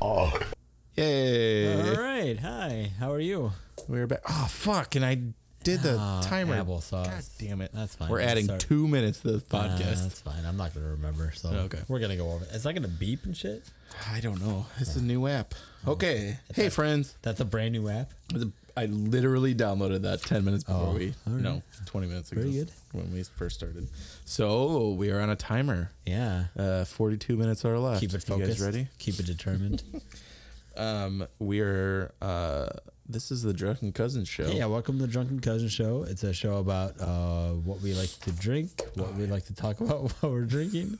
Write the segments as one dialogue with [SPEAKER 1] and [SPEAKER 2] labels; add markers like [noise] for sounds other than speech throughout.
[SPEAKER 1] Paul.
[SPEAKER 2] Oh. Yay.
[SPEAKER 3] All right. Hi. How are you?
[SPEAKER 2] We are back. Oh, fuck. And I did the
[SPEAKER 3] Ah,
[SPEAKER 2] timer.
[SPEAKER 3] applesauce.
[SPEAKER 2] God damn it.
[SPEAKER 3] That's fine.
[SPEAKER 2] We're
[SPEAKER 3] I'm
[SPEAKER 2] adding
[SPEAKER 3] sorry.
[SPEAKER 2] two minutes to this
[SPEAKER 3] Uh,
[SPEAKER 2] podcast.
[SPEAKER 3] that's fine. I'm not gonna remember. So
[SPEAKER 2] Okay.
[SPEAKER 3] we're gonna go over. Is that gonna beep and shit?
[SPEAKER 2] I don't know. It's a new app.
[SPEAKER 3] Oh,
[SPEAKER 2] Okay. Hey, friends.
[SPEAKER 3] That's a brand new app.
[SPEAKER 2] I literally downloaded that 10 minutes before
[SPEAKER 3] Oh,
[SPEAKER 2] we.
[SPEAKER 3] all right.
[SPEAKER 2] No, 20 minutes ago.
[SPEAKER 3] Very good.
[SPEAKER 2] When we first started. So we are on a timer.
[SPEAKER 3] Yeah.
[SPEAKER 2] Uh, 42 minutes are left.
[SPEAKER 3] Keep it
[SPEAKER 2] You
[SPEAKER 3] focused.
[SPEAKER 2] guys ready?
[SPEAKER 3] Keep
[SPEAKER 2] [laughs]
[SPEAKER 3] it determined.
[SPEAKER 2] Um, we're. Uh, this is the Drunken Cousins show.
[SPEAKER 3] Hey, yeah, welcome to the Drunken Cousin Show. It's a show about uh, what we like to drink, what we like to talk about [laughs] while we're drinking.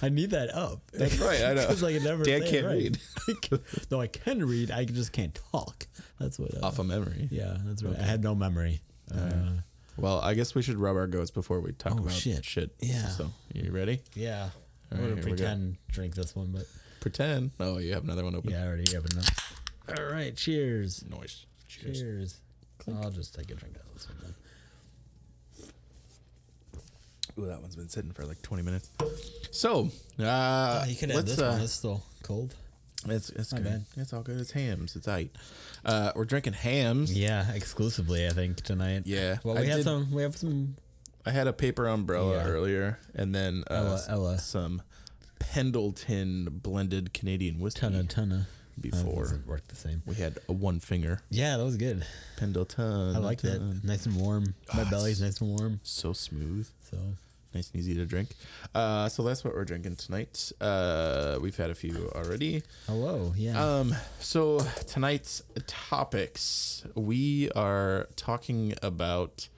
[SPEAKER 3] I need that up.
[SPEAKER 2] That's right, I know.
[SPEAKER 3] [laughs] 'Cause I can never
[SPEAKER 2] Dan
[SPEAKER 3] say it
[SPEAKER 2] can't
[SPEAKER 3] right.
[SPEAKER 2] read.
[SPEAKER 3] [laughs] I can- no, I can read. I just can't talk. That's what. Uh,
[SPEAKER 2] Off of memory.
[SPEAKER 3] yeah, that's right. I had no memory. Uh,
[SPEAKER 2] Well, I guess we should rub our goats before we talk
[SPEAKER 3] Oh,
[SPEAKER 2] about
[SPEAKER 3] shit.
[SPEAKER 2] shit.
[SPEAKER 3] Yeah.
[SPEAKER 2] So, you ready?
[SPEAKER 3] yeah,
[SPEAKER 2] All right,
[SPEAKER 3] I'm gonna
[SPEAKER 2] here we go.
[SPEAKER 3] pretend drink this one, but
[SPEAKER 2] Pretend. Oh, you have another one open.
[SPEAKER 3] yeah, I already have enough. All right, cheers.
[SPEAKER 2] Noise. Cheers.
[SPEAKER 3] Cheers. I'll just take a drink out of this one then.
[SPEAKER 2] Ooh, that one's been sitting for like 20 minutes. So, uh,
[SPEAKER 3] Oh, you can have
[SPEAKER 2] let's,
[SPEAKER 3] this
[SPEAKER 2] uh,
[SPEAKER 3] one. It's still cold.
[SPEAKER 2] it's, it's good.
[SPEAKER 3] bad.
[SPEAKER 2] It's all good. It's hams. It's aight. Uh, we're drinking hams.
[SPEAKER 3] Yeah, exclusively I think tonight.
[SPEAKER 2] Yeah,
[SPEAKER 3] Well,
[SPEAKER 2] I
[SPEAKER 3] we have
[SPEAKER 2] did-
[SPEAKER 3] some. We have some.
[SPEAKER 2] I had a paper umbrella
[SPEAKER 3] Yeah.
[SPEAKER 2] earlier and then uh,
[SPEAKER 3] Ella-
[SPEAKER 2] s-
[SPEAKER 3] Ella.
[SPEAKER 2] some Pendleton blended Canadian whiskey
[SPEAKER 3] Ton of ton of.
[SPEAKER 2] before.
[SPEAKER 3] doesn't work the same.
[SPEAKER 2] We had a one finger.
[SPEAKER 3] Yeah, that was good.
[SPEAKER 2] Pendleton.
[SPEAKER 3] I liked it. Nice and warm.
[SPEAKER 2] Oh,
[SPEAKER 3] My belly's nice and warm.
[SPEAKER 2] So smooth.
[SPEAKER 3] So
[SPEAKER 2] nice and easy to drink. Uh, so that's what we're drinking tonight. Uh, we've had a few already.
[SPEAKER 3] hello. Yeah.
[SPEAKER 2] Um, so tonight's topics we are talking about.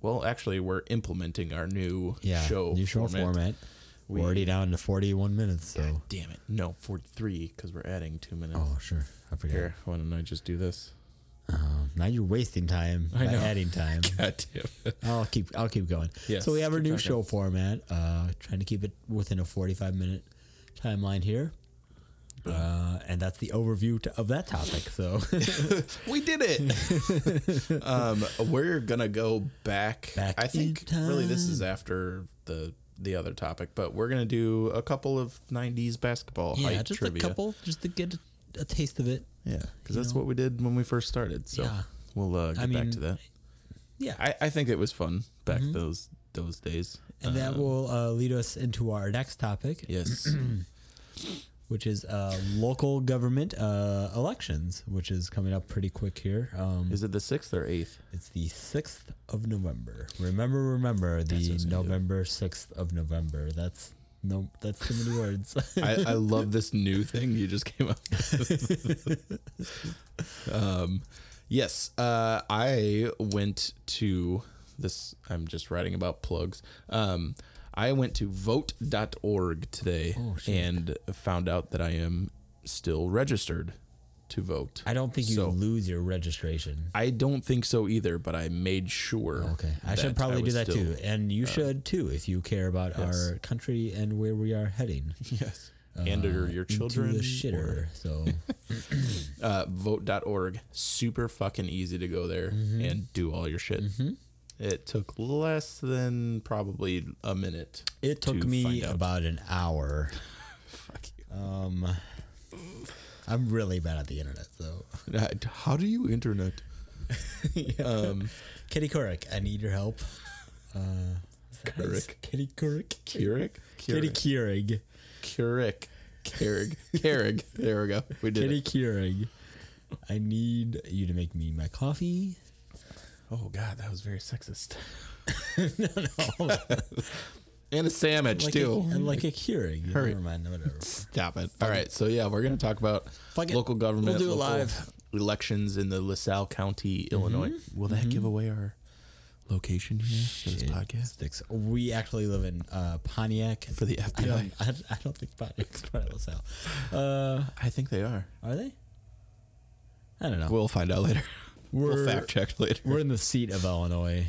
[SPEAKER 2] Well, actually, we're implementing our new
[SPEAKER 3] yeah.
[SPEAKER 2] show
[SPEAKER 3] New show
[SPEAKER 2] format.
[SPEAKER 3] format. We're already down to forty-one minutes. So.
[SPEAKER 2] Damn it! No, forty-three because we're adding two minutes.
[SPEAKER 3] Oh sure. I forgot.
[SPEAKER 2] Here, why don't I just do this? [laughs]
[SPEAKER 3] Um, now you're wasting time by
[SPEAKER 2] know.
[SPEAKER 3] adding
[SPEAKER 2] [laughs]
[SPEAKER 3] time.
[SPEAKER 2] God damn!
[SPEAKER 3] I'll keep. I'll keep going.
[SPEAKER 2] Yes,
[SPEAKER 3] so we have our
[SPEAKER 2] keep
[SPEAKER 3] new
[SPEAKER 2] talking.
[SPEAKER 3] show format. Uh, trying to keep it within a forty-five minute timeline here.
[SPEAKER 2] Hmm.
[SPEAKER 3] Uh, and that's the overview to, of that topic.
[SPEAKER 2] [laughs]
[SPEAKER 3] So
[SPEAKER 2] we did it.
[SPEAKER 3] [laughs]
[SPEAKER 2] um, we're gonna go back.
[SPEAKER 3] Back
[SPEAKER 2] I think
[SPEAKER 3] in
[SPEAKER 2] really this is after the the other topic, but we're gonna do a couple of '90s basketball
[SPEAKER 3] [laughs] yeah,
[SPEAKER 2] hype
[SPEAKER 3] just
[SPEAKER 2] trivia.
[SPEAKER 3] a couple, just to get a, a taste of it.
[SPEAKER 2] Yeah, because that's
[SPEAKER 3] know.
[SPEAKER 2] what we did when we first started. So
[SPEAKER 3] Yeah.
[SPEAKER 2] we'll uh, get
[SPEAKER 3] I
[SPEAKER 2] back
[SPEAKER 3] mean,
[SPEAKER 2] to that.
[SPEAKER 3] Yeah, Mm-hmm.
[SPEAKER 2] I, I think it was fun back those those days.
[SPEAKER 3] and
[SPEAKER 2] um,
[SPEAKER 3] that will uh, lead us into our next topic, [clears throat]
[SPEAKER 2] Yes.
[SPEAKER 3] which is uh, local government uh, elections, which is coming up pretty quick here. Um,
[SPEAKER 2] is it the sixth or eighth?
[SPEAKER 3] it's the sixth of November. Remember, remember the November sixth of November. That's no, that's too
[SPEAKER 2] [laughs]
[SPEAKER 3] many words.
[SPEAKER 2] I,
[SPEAKER 3] [laughs]
[SPEAKER 2] I love this new thing you just came up with. um, yes, uh, I went to this. I'm just writing about plugs. Um, I went to vote.org today
[SPEAKER 3] Oh, shit.
[SPEAKER 2] and found out that I am still registered to vote.
[SPEAKER 3] I don't think you
[SPEAKER 2] So-
[SPEAKER 3] lose your registration.
[SPEAKER 2] I don't think so either, but I made sure.
[SPEAKER 3] Okay, I should
[SPEAKER 2] that
[SPEAKER 3] probably do
[SPEAKER 2] was
[SPEAKER 3] that
[SPEAKER 2] still- uh,
[SPEAKER 3] too, and you should too if you care about our country and where we are heading.
[SPEAKER 2] [laughs] Yes. and or your children.
[SPEAKER 3] Uh, into the
[SPEAKER 2] or-
[SPEAKER 3] shitter.
[SPEAKER 2] [laughs]
[SPEAKER 3] So
[SPEAKER 2] uh, vote.org. Super fucking easy to go there and do all your shit. It took less than probably a [laughs] minute.
[SPEAKER 3] it took
[SPEAKER 2] to
[SPEAKER 3] me
[SPEAKER 2] find out.
[SPEAKER 3] about an hour.
[SPEAKER 2] [laughs] Fuck you.
[SPEAKER 3] Um, I'm really bad at the internet, so
[SPEAKER 2] Uh, How do you internet? Um,
[SPEAKER 3] Kitty Couric, I need your help. Uh, is that how you say-
[SPEAKER 2] Couric.
[SPEAKER 3] Kitty Couric,
[SPEAKER 2] Keurig?
[SPEAKER 3] Kitty Keurig,
[SPEAKER 2] Keurig. Keurig. Keurig. There we go. We did
[SPEAKER 3] Kitty
[SPEAKER 2] it.
[SPEAKER 3] Keurig. I need you to make me my coffee.
[SPEAKER 2] Oh, God. That was very sexist. [laughs]
[SPEAKER 3] no, no,
[SPEAKER 2] And a sandwich,
[SPEAKER 3] like a,
[SPEAKER 2] too.
[SPEAKER 3] and like a Keurig.
[SPEAKER 2] Hurry.
[SPEAKER 3] Never mind, whatever.
[SPEAKER 2] Stop it. All right. So, yeah, we're going to talk about
[SPEAKER 3] Fuck it.
[SPEAKER 2] local government
[SPEAKER 3] We'll do it
[SPEAKER 2] local
[SPEAKER 3] live. Mm-hmm.
[SPEAKER 2] elections in the LaSalle County, Illinois. Will that give away our location here for this
[SPEAKER 3] Shit
[SPEAKER 2] podcast?
[SPEAKER 3] sticks. We actually live in uh, Pontiac.
[SPEAKER 2] For the
[SPEAKER 3] I
[SPEAKER 2] FBI.
[SPEAKER 3] don't, I, I don't think Pontiac's part of LaSalle. Uh,
[SPEAKER 2] I think they are.
[SPEAKER 3] Are they? I don't know.
[SPEAKER 2] We'll find out later. [laughs] We'll
[SPEAKER 3] We're-
[SPEAKER 2] fact check later.
[SPEAKER 3] We're in the seat of Illinois.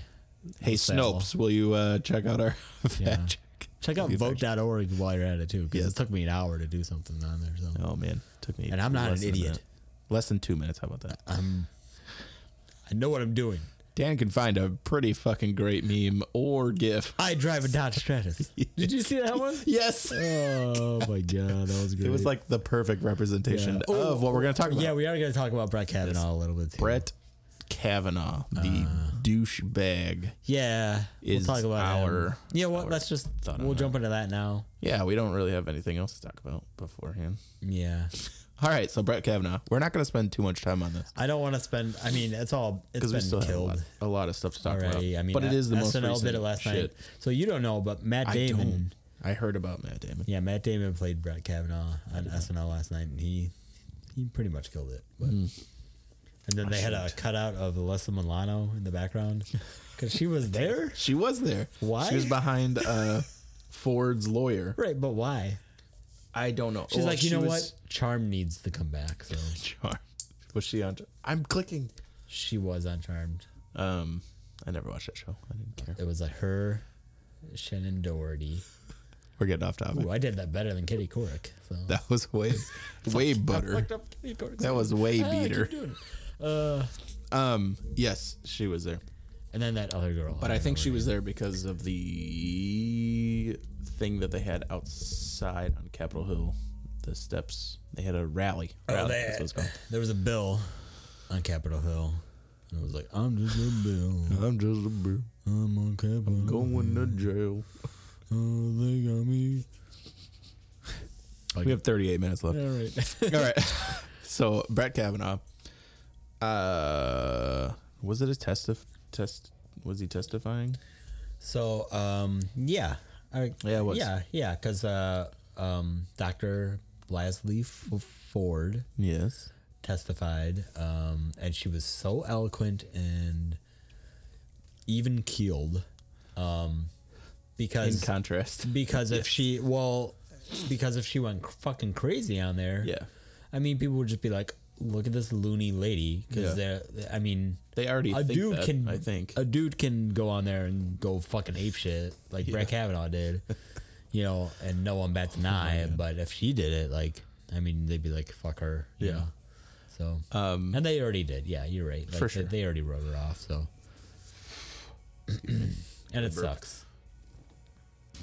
[SPEAKER 2] hey,
[SPEAKER 3] LaSalle.
[SPEAKER 2] Snopes, will you uh, check out our [laughs]
[SPEAKER 3] Yeah.
[SPEAKER 2] fact check?
[SPEAKER 3] Check out
[SPEAKER 2] We'll get back
[SPEAKER 3] vote.org while you're at it too, because
[SPEAKER 2] Yes.
[SPEAKER 3] it took me an hour to do something on there. So
[SPEAKER 2] to you. Oh, man. Took me.
[SPEAKER 3] And I'm not
[SPEAKER 2] less
[SPEAKER 3] an
[SPEAKER 2] than a
[SPEAKER 3] idiot.
[SPEAKER 2] minute. Less than two minutes. How about that?
[SPEAKER 3] I'm, I know what I'm doing.
[SPEAKER 2] Dan can find a pretty fucking great meme or GIF. [laughs]
[SPEAKER 3] I drive a Dodge Stratus. Did you see that one?
[SPEAKER 2] Yes.
[SPEAKER 3] Oh my god, that was
[SPEAKER 2] [laughs]
[SPEAKER 3] good.
[SPEAKER 2] It was like the perfect representation
[SPEAKER 3] Yeah.
[SPEAKER 2] of what we're going to talk about.
[SPEAKER 3] yeah, we are going to talk about Brett Kavanaugh a little bit. Too.
[SPEAKER 2] Brett Kavanaugh, the
[SPEAKER 3] Uh.
[SPEAKER 2] douchebag.
[SPEAKER 3] yeah, we'll
[SPEAKER 2] is
[SPEAKER 3] talk about
[SPEAKER 2] our-
[SPEAKER 3] him. You know what?
[SPEAKER 2] our
[SPEAKER 3] Let's just
[SPEAKER 2] thought on
[SPEAKER 3] we'll jump into that now.
[SPEAKER 2] Yeah, we don't really have anything else to talk about beforehand.
[SPEAKER 3] Yeah,
[SPEAKER 2] All right, so Brett Kavanaugh. We're not going to spend too much time on this
[SPEAKER 3] I don't want to spend. I mean, it's all it's
[SPEAKER 2] because we still
[SPEAKER 3] been
[SPEAKER 2] have a lot,
[SPEAKER 3] killed
[SPEAKER 2] a lot of stuff to talk
[SPEAKER 3] already.
[SPEAKER 2] about.
[SPEAKER 3] I mean,
[SPEAKER 2] but it
[SPEAKER 3] uh,
[SPEAKER 2] is the most
[SPEAKER 3] SNL
[SPEAKER 2] recent
[SPEAKER 3] did it last night,
[SPEAKER 2] shit.
[SPEAKER 3] so you don't know. But Matt Damon.
[SPEAKER 2] I don't. I heard about Matt Damon.
[SPEAKER 3] Yeah, Matt Damon played Brett Kavanaugh on SNL last night, and he he pretty much killed it. But and then they had a cutout of Alyssa Milano in the [laughs] background because she was there,
[SPEAKER 2] She was there.
[SPEAKER 3] Why?
[SPEAKER 2] She was behind uh, Ford's lawyer.
[SPEAKER 3] right? But why?
[SPEAKER 2] I don't know.
[SPEAKER 3] She's
[SPEAKER 2] Well,
[SPEAKER 3] like, you
[SPEAKER 2] she
[SPEAKER 3] know
[SPEAKER 2] was-
[SPEAKER 3] what? Charm needs to come back. So
[SPEAKER 2] Charmed. Was she on? I'm clicking.
[SPEAKER 3] she was on Charmed.
[SPEAKER 2] Um, I never watched that show. I didn't care.
[SPEAKER 3] It was like her, Shannon Doherty.
[SPEAKER 2] We're getting off topic.
[SPEAKER 3] Ooh, I did that better than Kitty Couric. So
[SPEAKER 2] That was
[SPEAKER 3] [laughs]
[SPEAKER 2] way, way butter.
[SPEAKER 3] Fucked up Kitty Couric.
[SPEAKER 2] That was way
[SPEAKER 3] [laughs] Ah, keep
[SPEAKER 2] beater.
[SPEAKER 3] doing it. Uh,
[SPEAKER 2] Um, yes, she was there,
[SPEAKER 3] and then that other girl.
[SPEAKER 2] but I
[SPEAKER 3] don't
[SPEAKER 2] think
[SPEAKER 3] know
[SPEAKER 2] she
[SPEAKER 3] her
[SPEAKER 2] was there because of the thing that they had outside on Capitol Hill, the steps. They had a rally. rally
[SPEAKER 3] they-
[SPEAKER 2] that's what it's called.
[SPEAKER 3] Oh, There was a bill on Capitol Hill, and it was like, "I'm just a bill.
[SPEAKER 2] I'm just a bro
[SPEAKER 3] I'm on Capitol.
[SPEAKER 2] going to jail.
[SPEAKER 3] Oh, they got me."
[SPEAKER 2] We have 38 minutes left.
[SPEAKER 3] All right.
[SPEAKER 2] All right. [laughs] So Brett Kavanaugh, uh, was it a test of test? Was he testifying?
[SPEAKER 3] so, um, yeah, I,
[SPEAKER 2] Yeah, it was.
[SPEAKER 3] yeah, yeah, because uh, um, Doctor Leslie F- Ford
[SPEAKER 2] Yes.
[SPEAKER 3] testified, um, and she was so eloquent and even keeled, um,
[SPEAKER 2] In
[SPEAKER 3] because
[SPEAKER 2] contrast.
[SPEAKER 3] because if she well, because if she went fucking crazy on there,
[SPEAKER 2] Yeah.
[SPEAKER 3] I mean, people would just be like, "Look at this loony lady," because they're. I mean,
[SPEAKER 2] They already
[SPEAKER 3] a
[SPEAKER 2] think
[SPEAKER 3] dude
[SPEAKER 2] that,
[SPEAKER 3] can.
[SPEAKER 2] I think.
[SPEAKER 3] a dude can go on there and go fucking ape shit like Brett
[SPEAKER 2] [laughs]
[SPEAKER 3] Kavanaugh did, you know, and no one
[SPEAKER 2] Oh,
[SPEAKER 3] bats an eye. but if she did it, like, I mean, they'd be like, "Fuck her," you
[SPEAKER 2] Yeah.
[SPEAKER 3] know? So, um, and they already did. Yeah, you're right. Like,
[SPEAKER 2] For
[SPEAKER 3] they-
[SPEAKER 2] sure.
[SPEAKER 3] they, already wrote her off.
[SPEAKER 2] [clears throat]
[SPEAKER 3] So, and it
[SPEAKER 2] burp.
[SPEAKER 3] sucks.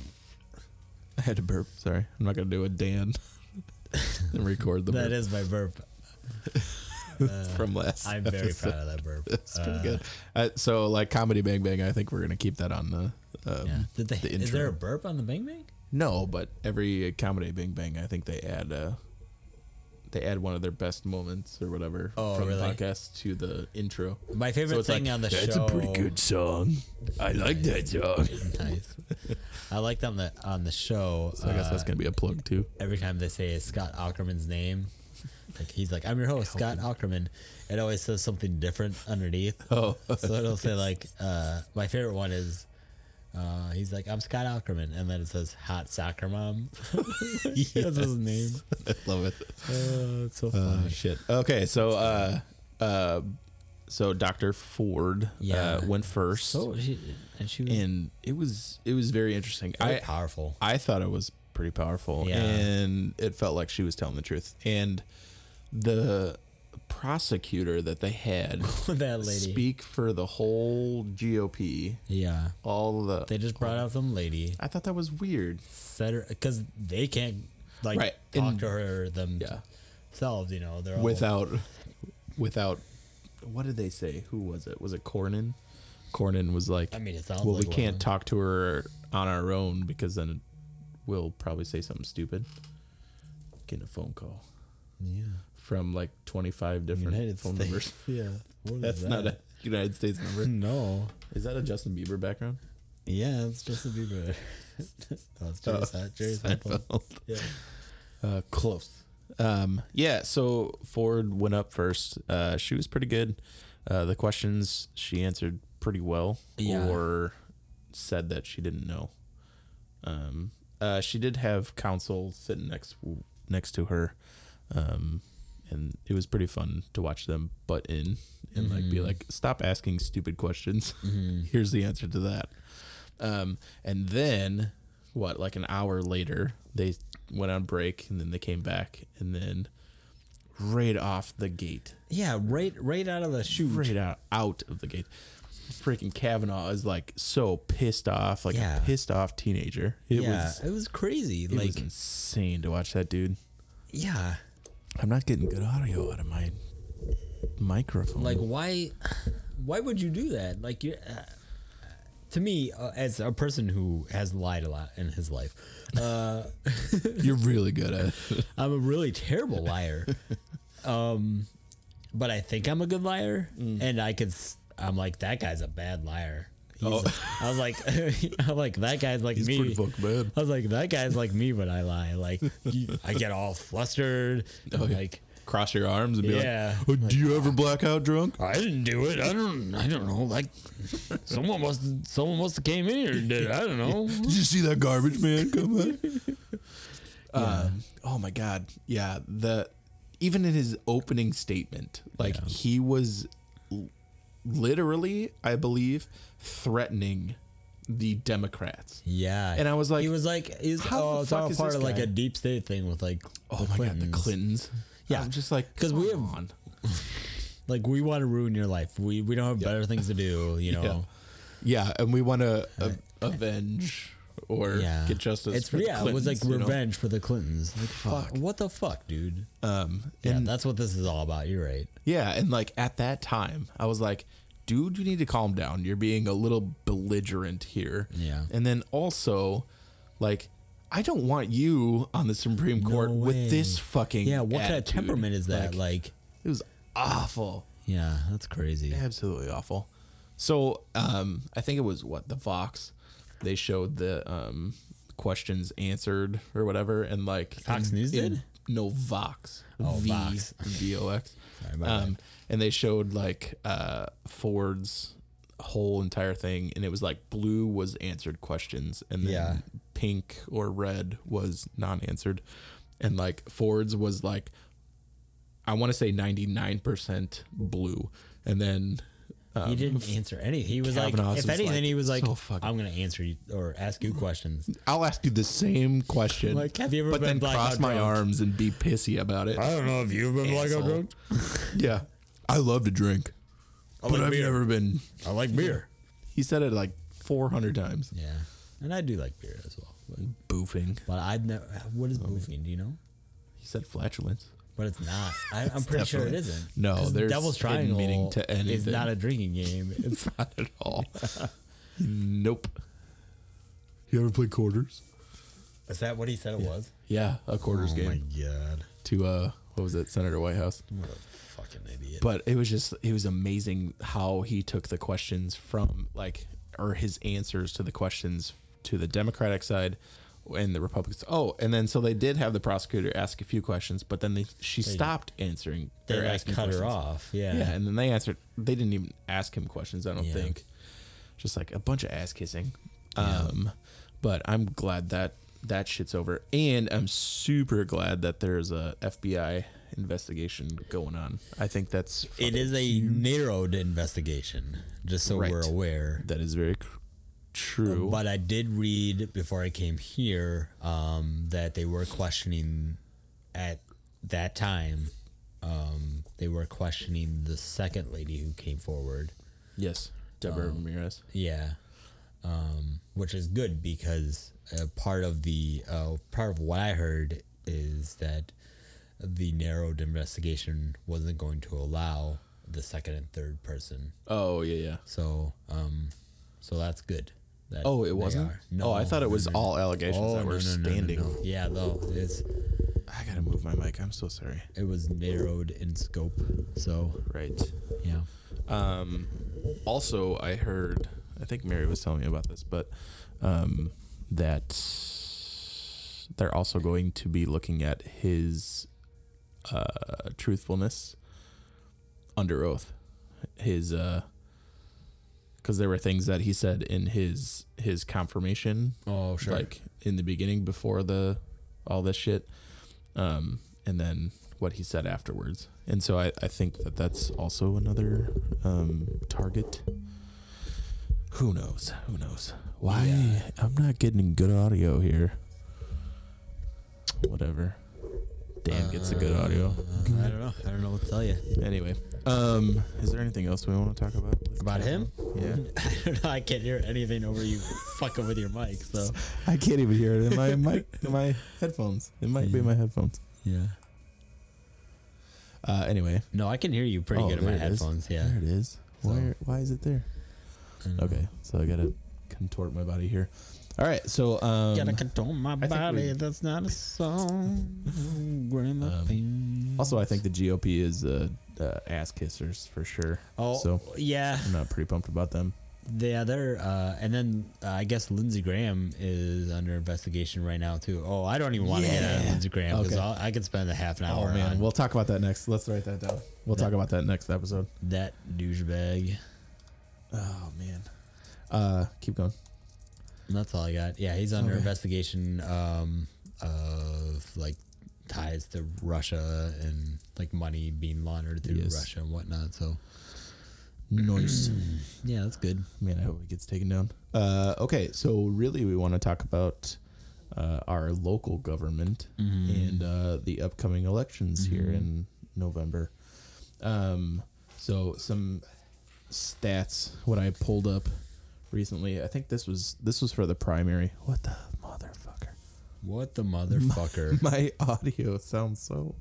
[SPEAKER 2] [laughs] I had to burp. Sorry. I'm not going to do a Dan [laughs] and record the
[SPEAKER 3] That
[SPEAKER 2] burp
[SPEAKER 3] is my burp.
[SPEAKER 2] from last [laughs]
[SPEAKER 3] I'm very
[SPEAKER 2] episode.
[SPEAKER 3] proud of that burp.
[SPEAKER 2] [laughs] It's pretty good. Uh, so, like, Comedy Bang Bang, I think we're going to keep that on the. Um,
[SPEAKER 3] Yeah. Did they?
[SPEAKER 2] the
[SPEAKER 3] is there
[SPEAKER 2] intro.
[SPEAKER 3] a burp on the Bang Bang?
[SPEAKER 2] No, but every Comedy Bang Bang, I think they add uh, they add one of their best moments or whatever
[SPEAKER 3] Oh,
[SPEAKER 2] from
[SPEAKER 3] really?
[SPEAKER 2] the podcast to the intro.
[SPEAKER 3] My favorite
[SPEAKER 2] it's
[SPEAKER 3] thing
[SPEAKER 2] like,
[SPEAKER 3] on the show.
[SPEAKER 2] That's a pretty
[SPEAKER 3] [laughs]
[SPEAKER 2] good song. I like that song. [laughs]
[SPEAKER 3] nice. I liked on the on the show.
[SPEAKER 2] So I guess that's
[SPEAKER 3] uh,
[SPEAKER 2] gonna be a plug too. [laughs]
[SPEAKER 3] every time they say Scott Ackerman's name, like he's like, "I'm your host, Scott Ackerman." It always says something different
[SPEAKER 2] [laughs]
[SPEAKER 3] underneath.
[SPEAKER 2] Oh,
[SPEAKER 3] So it'll say like, uh, my favorite one is. Uh, he's like, I'm Scott Ackerman, and then it says Hot Soccer Mom. [laughs] That's his name.
[SPEAKER 2] I love it.
[SPEAKER 3] Oh, it's
[SPEAKER 2] Uh,
[SPEAKER 3] so funny.
[SPEAKER 2] Shit. Okay, so uh, uh, so Doctor Ford
[SPEAKER 3] Yeah.
[SPEAKER 2] uh, went first,
[SPEAKER 3] so she, and she was
[SPEAKER 2] and it was it was very interesting.
[SPEAKER 3] very
[SPEAKER 2] I
[SPEAKER 3] powerful. [laughs]
[SPEAKER 2] I thought it was pretty powerful,
[SPEAKER 3] Yeah.
[SPEAKER 2] and it felt like she was telling the truth. And the prosecutor that they had
[SPEAKER 3] [laughs] that lady.
[SPEAKER 2] speak for the whole GOP,
[SPEAKER 3] Yeah,
[SPEAKER 2] all the
[SPEAKER 3] they just brought out some lady.
[SPEAKER 2] I thought that was weird.
[SPEAKER 3] set her because they can't like
[SPEAKER 2] Right,
[SPEAKER 3] talk
[SPEAKER 2] and-
[SPEAKER 3] to her
[SPEAKER 2] Yeah.
[SPEAKER 3] themselves. You know, they're all
[SPEAKER 2] without without what did they say? Who was it? Was it Cornyn? Cornyn was like,
[SPEAKER 3] I mean, it sounds
[SPEAKER 2] well,
[SPEAKER 3] like
[SPEAKER 2] we can't
[SPEAKER 3] one.
[SPEAKER 2] talk to her on our own because then we'll probably say something stupid. Getting a phone call
[SPEAKER 3] yeah,
[SPEAKER 2] from like 25 different phone numbers.
[SPEAKER 3] [laughs] yeah,
[SPEAKER 2] That's not a [laughs] United States
[SPEAKER 3] [laughs]
[SPEAKER 2] number.
[SPEAKER 3] no.
[SPEAKER 2] Is that a Justin Bieber background?
[SPEAKER 3] Yeah, it's just a [laughs] Bieber. oh, it's Jerry, oh, Jerry Seinfeld. Yeah.
[SPEAKER 2] Uh, close. Um, yeah, so Ford went up first. Uh, she was pretty good. Uh, the questions she answered pretty well,
[SPEAKER 3] Yeah.
[SPEAKER 2] or said that she didn't know. Um, uh, she did have counsel sitting next next to her, um, and it was pretty fun to watch them butt in and like
[SPEAKER 3] Mm-hmm.
[SPEAKER 2] be like, "Stop asking stupid questions. [laughs] Here's the answer to that." Um, and then what? Like an hour later, they went on break, and then they came back, and then right off the gate,
[SPEAKER 3] yeah, right, right out of the chute.
[SPEAKER 2] right out out of the gate, freaking Kavanaugh is like so pissed off, like
[SPEAKER 3] Yeah.
[SPEAKER 2] a pissed off teenager. It
[SPEAKER 3] yeah,
[SPEAKER 2] was
[SPEAKER 3] it was crazy.
[SPEAKER 2] it
[SPEAKER 3] like,
[SPEAKER 2] was insane to watch that dude.
[SPEAKER 3] yeah,
[SPEAKER 2] I'm not getting good audio out of my microphone.
[SPEAKER 3] like why, why would you do that? Like you, uh, to me, uh, as a person who has lied a lot in his life, uh,
[SPEAKER 2] [laughs] you're really good at it.
[SPEAKER 3] I'm a really terrible [laughs] liar. um, but I think I'm a good liar, and I could. s- I'm like that guy's a bad liar. He's, I was like, [laughs] I'm like that guy's like me.
[SPEAKER 2] bad.
[SPEAKER 3] I was like, that guy's like me when I lie. Like, you- I get all flustered.
[SPEAKER 2] Oh, yeah.
[SPEAKER 3] Like,
[SPEAKER 2] [laughs] Cross your arms and be
[SPEAKER 3] Yeah.
[SPEAKER 2] like, oh, "Do you ever black out drunk?"
[SPEAKER 3] I didn't do it. I don't. I don't know. Like, someone must. Someone must have came in here and did. it. I don't know.
[SPEAKER 2] Did you see that garbage man come out? [laughs] Um, oh my god, yeah. The even in his opening statement, like he was l- literally, I believe, threatening the Democrats.
[SPEAKER 3] Yeah.
[SPEAKER 2] And I was like,
[SPEAKER 3] he was like, he's
[SPEAKER 2] how the
[SPEAKER 3] oh, it's
[SPEAKER 2] fuck
[SPEAKER 3] all
[SPEAKER 2] is
[SPEAKER 3] part
[SPEAKER 2] this
[SPEAKER 3] of like
[SPEAKER 2] guy?
[SPEAKER 3] a deep state thing with like.
[SPEAKER 2] "Oh my god, the
[SPEAKER 3] Clintons.
[SPEAKER 2] Clintons."
[SPEAKER 3] Yeah.
[SPEAKER 2] I'm just like,
[SPEAKER 3] 'Cause we
[SPEAKER 2] come
[SPEAKER 3] have-
[SPEAKER 2] on.
[SPEAKER 3] Like, we want to ruin your life. We we don't have better things to do.
[SPEAKER 2] [laughs]
[SPEAKER 3] You know.
[SPEAKER 2] yeah, and we want to uh, avenge or
[SPEAKER 3] Yeah.
[SPEAKER 2] get justice.
[SPEAKER 3] It's
[SPEAKER 2] for the
[SPEAKER 3] yeah. it was like
[SPEAKER 2] Clintons, you know?
[SPEAKER 3] revenge for the Clintons. Like, fuck.
[SPEAKER 2] Fuck.
[SPEAKER 3] What the fuck, dude?
[SPEAKER 2] Um,
[SPEAKER 3] Yeah,
[SPEAKER 2] and
[SPEAKER 3] that's what this is all about. You're right.
[SPEAKER 2] Yeah, and like at that time, I was like, dude, you need to calm down. You're being a little belligerent here.
[SPEAKER 3] Yeah.
[SPEAKER 2] And then also, like, I don't want you on the Supreme Court
[SPEAKER 3] way.
[SPEAKER 2] with this fucking
[SPEAKER 3] Yeah. What kind of
[SPEAKER 2] attitude.
[SPEAKER 3] temperament is
[SPEAKER 2] Like,
[SPEAKER 3] that? like
[SPEAKER 2] it was awful.
[SPEAKER 3] yeah, that's crazy.
[SPEAKER 2] Absolutely awful. So, um, I think it was what, the Vox? They showed the um questions answered or whatever and like
[SPEAKER 3] Fox News did?
[SPEAKER 2] No Vox.
[SPEAKER 3] Oh,
[SPEAKER 2] V,
[SPEAKER 3] Vox.
[SPEAKER 2] V O X.
[SPEAKER 3] [laughs] Sorry, my bad.
[SPEAKER 2] Um, and they showed like uh, Ford's whole entire thing, and it was like blue was answered questions, and then
[SPEAKER 3] Yeah.
[SPEAKER 2] pink or red was non-answered, and like Ford's was like I want to say ninety nine percent blue, and then
[SPEAKER 3] He didn't answer any. He was
[SPEAKER 2] Kavanaugh's
[SPEAKER 3] like, if
[SPEAKER 2] was
[SPEAKER 3] anything,
[SPEAKER 2] um, like,
[SPEAKER 3] he was like,
[SPEAKER 2] so fucking-
[SPEAKER 3] I'm going to answer you or ask you questions.
[SPEAKER 2] I'll ask you the same question,
[SPEAKER 3] Like, have you ever
[SPEAKER 2] but
[SPEAKER 3] been
[SPEAKER 2] then
[SPEAKER 3] blackout
[SPEAKER 2] cross my
[SPEAKER 3] drunk?
[SPEAKER 2] arms and be pissy about it.
[SPEAKER 3] don't know if you've been
[SPEAKER 2] Asshole. yeah, I love to drink, but
[SPEAKER 3] like
[SPEAKER 2] I've
[SPEAKER 3] beer.
[SPEAKER 2] never been.
[SPEAKER 3] I like beer.
[SPEAKER 2] He said it like four hundred times.
[SPEAKER 3] Yeah. And I do like beer as well. But,
[SPEAKER 2] Boofing.
[SPEAKER 3] but I've never, what is
[SPEAKER 2] Oh,
[SPEAKER 3] boofing? Do you know?
[SPEAKER 2] He said flatulence.
[SPEAKER 3] But it's not. I, I'm pretty sure it
[SPEAKER 2] definitely-
[SPEAKER 3] isn't.
[SPEAKER 2] No,
[SPEAKER 3] 'Cause
[SPEAKER 2] there's
[SPEAKER 3] Devil's
[SPEAKER 2] hidden
[SPEAKER 3] Triangle
[SPEAKER 2] meaning to
[SPEAKER 3] is
[SPEAKER 2] anything.
[SPEAKER 3] not a drinking game. [laughs] It's
[SPEAKER 2] Not at all. [laughs] nope. You ever play quarters? Oh
[SPEAKER 3] is that what he said it was?
[SPEAKER 2] Yeah, a quarters game
[SPEAKER 3] Oh god.
[SPEAKER 2] to uh, what was it, Senator Whitehouse?
[SPEAKER 3] What a fucking idiot.
[SPEAKER 2] But it was just, it was amazing how he took the questions from like, or his answers to the questions to the Democratic side and the Republicans. Oh, and then so they did have the prosecutor ask a few questions, but then they, she stopped answering.
[SPEAKER 3] they
[SPEAKER 2] or
[SPEAKER 3] like
[SPEAKER 2] asking
[SPEAKER 3] cut her
[SPEAKER 2] questions.
[SPEAKER 3] off. Yeah.
[SPEAKER 2] Yeah, and then they answered. They didn't even ask him questions. I don't
[SPEAKER 3] Yeah.
[SPEAKER 2] think. Just like a bunch of ass kissing. Um, but I'm glad that that shit's over, and I'm super glad that there's a FBI investigation going on. I think that's
[SPEAKER 3] It is a narrowed investigation, just so
[SPEAKER 2] Right.
[SPEAKER 3] we're aware.
[SPEAKER 2] that is very cr- true.
[SPEAKER 3] But I did read before I came here um, that they were questioning at that time. Um, they were questioning the second lady who came forward.
[SPEAKER 2] yes, Deborah Ramirez.
[SPEAKER 3] Yeah, um, which is good because uh, part of the uh, part of what I heard is that the narrowed investigation wasn't going to allow the second and third person.
[SPEAKER 2] Oh yeah, yeah.
[SPEAKER 3] So, um, so that's good. that
[SPEAKER 2] Oh,
[SPEAKER 3] they
[SPEAKER 2] it wasn't.
[SPEAKER 3] are.
[SPEAKER 2] No, oh, I thought it
[SPEAKER 3] no,
[SPEAKER 2] was
[SPEAKER 3] no, no.
[SPEAKER 2] all allegations
[SPEAKER 3] Oh,
[SPEAKER 2] that were
[SPEAKER 3] no, no, no, no,
[SPEAKER 2] standing.
[SPEAKER 3] no. Yeah, though it's
[SPEAKER 2] I gotta move my mic. I'm so sorry.
[SPEAKER 3] it was narrowed in scope. So
[SPEAKER 2] Right.
[SPEAKER 3] yeah,
[SPEAKER 2] Um, also, I heard, I think Mary was telling me about this, but um, that they're also going to be looking at his uh, truthfulness under oath. His, because there were things that he said in his his confirmation
[SPEAKER 3] oh
[SPEAKER 2] like in the beginning before the all this shit um and then what he said afterwards and so i i think that that's also another um target who knows who knows why
[SPEAKER 3] Yeah.
[SPEAKER 2] i'm not getting good audio here whatever Dan gets the good audio.
[SPEAKER 3] uh, I don't know. I don't know what to tell you
[SPEAKER 2] Anyway, um, is there anything else we want to talk about? with
[SPEAKER 3] about
[SPEAKER 2] Kyle?
[SPEAKER 3] him.
[SPEAKER 2] Yeah.
[SPEAKER 3] [laughs] I don't know. I can't hear anything over you [laughs] fucking with your mic. So
[SPEAKER 2] [laughs] I can't even hear it in [laughs] my mic, in my headphones. It might be my headphones.
[SPEAKER 3] yeah.
[SPEAKER 2] Uh, anyway,
[SPEAKER 3] No, I can hear you pretty
[SPEAKER 2] Oh,
[SPEAKER 3] good in my
[SPEAKER 2] there it is.
[SPEAKER 3] headphones. Yeah. Mm.
[SPEAKER 2] there it is. Why?
[SPEAKER 3] So- Mm-hmm.
[SPEAKER 2] are- why is it there?
[SPEAKER 3] I don't know.
[SPEAKER 2] Okay, so I gotta contort my body here. All right, so um,
[SPEAKER 3] Gotta control my
[SPEAKER 2] think
[SPEAKER 3] body.
[SPEAKER 2] we-
[SPEAKER 3] That's not a song. Grandma
[SPEAKER 2] Um,
[SPEAKER 3] Pink.
[SPEAKER 2] also I think the GOP is uh, uh, ass kissers for sure.
[SPEAKER 3] Oh,
[SPEAKER 2] so-
[SPEAKER 3] yeah.
[SPEAKER 2] I'm not pretty pumped about them.
[SPEAKER 3] The other, uh, and then uh, I guess Lindsey Graham is under investigation right now too. Oh, I don't even want to get on
[SPEAKER 2] Yeah.
[SPEAKER 3] Lindsey Graham because
[SPEAKER 2] Okay.
[SPEAKER 3] I could spend a half an
[SPEAKER 2] Oh
[SPEAKER 3] hour
[SPEAKER 2] man,
[SPEAKER 3] on
[SPEAKER 2] we'll talk about that next. Let's write that down. We'll
[SPEAKER 3] That-
[SPEAKER 2] talk about that next episode.
[SPEAKER 3] that douchebag.
[SPEAKER 2] Oh man. Uh, keep going.
[SPEAKER 3] And That's all I got. Yeah, he's under
[SPEAKER 2] Okay.
[SPEAKER 3] investigation um, of like ties to Russia and like money being laundered through
[SPEAKER 2] Yes.
[SPEAKER 3] Russia and whatnot. So [clears throat]
[SPEAKER 2] Noise.
[SPEAKER 3] yeah, that's good.
[SPEAKER 2] Man, I hope it gets taken down. Uh, okay, so really, we want to talk about uh, our local government
[SPEAKER 3] Mm-hmm.
[SPEAKER 2] and uh, the upcoming elections here in November. Um, so some stats. What I pulled up recently, I think this was this was for the primary. What the motherfucker? [laughs]
[SPEAKER 3] What the motherfucker?
[SPEAKER 2] My audio sounds so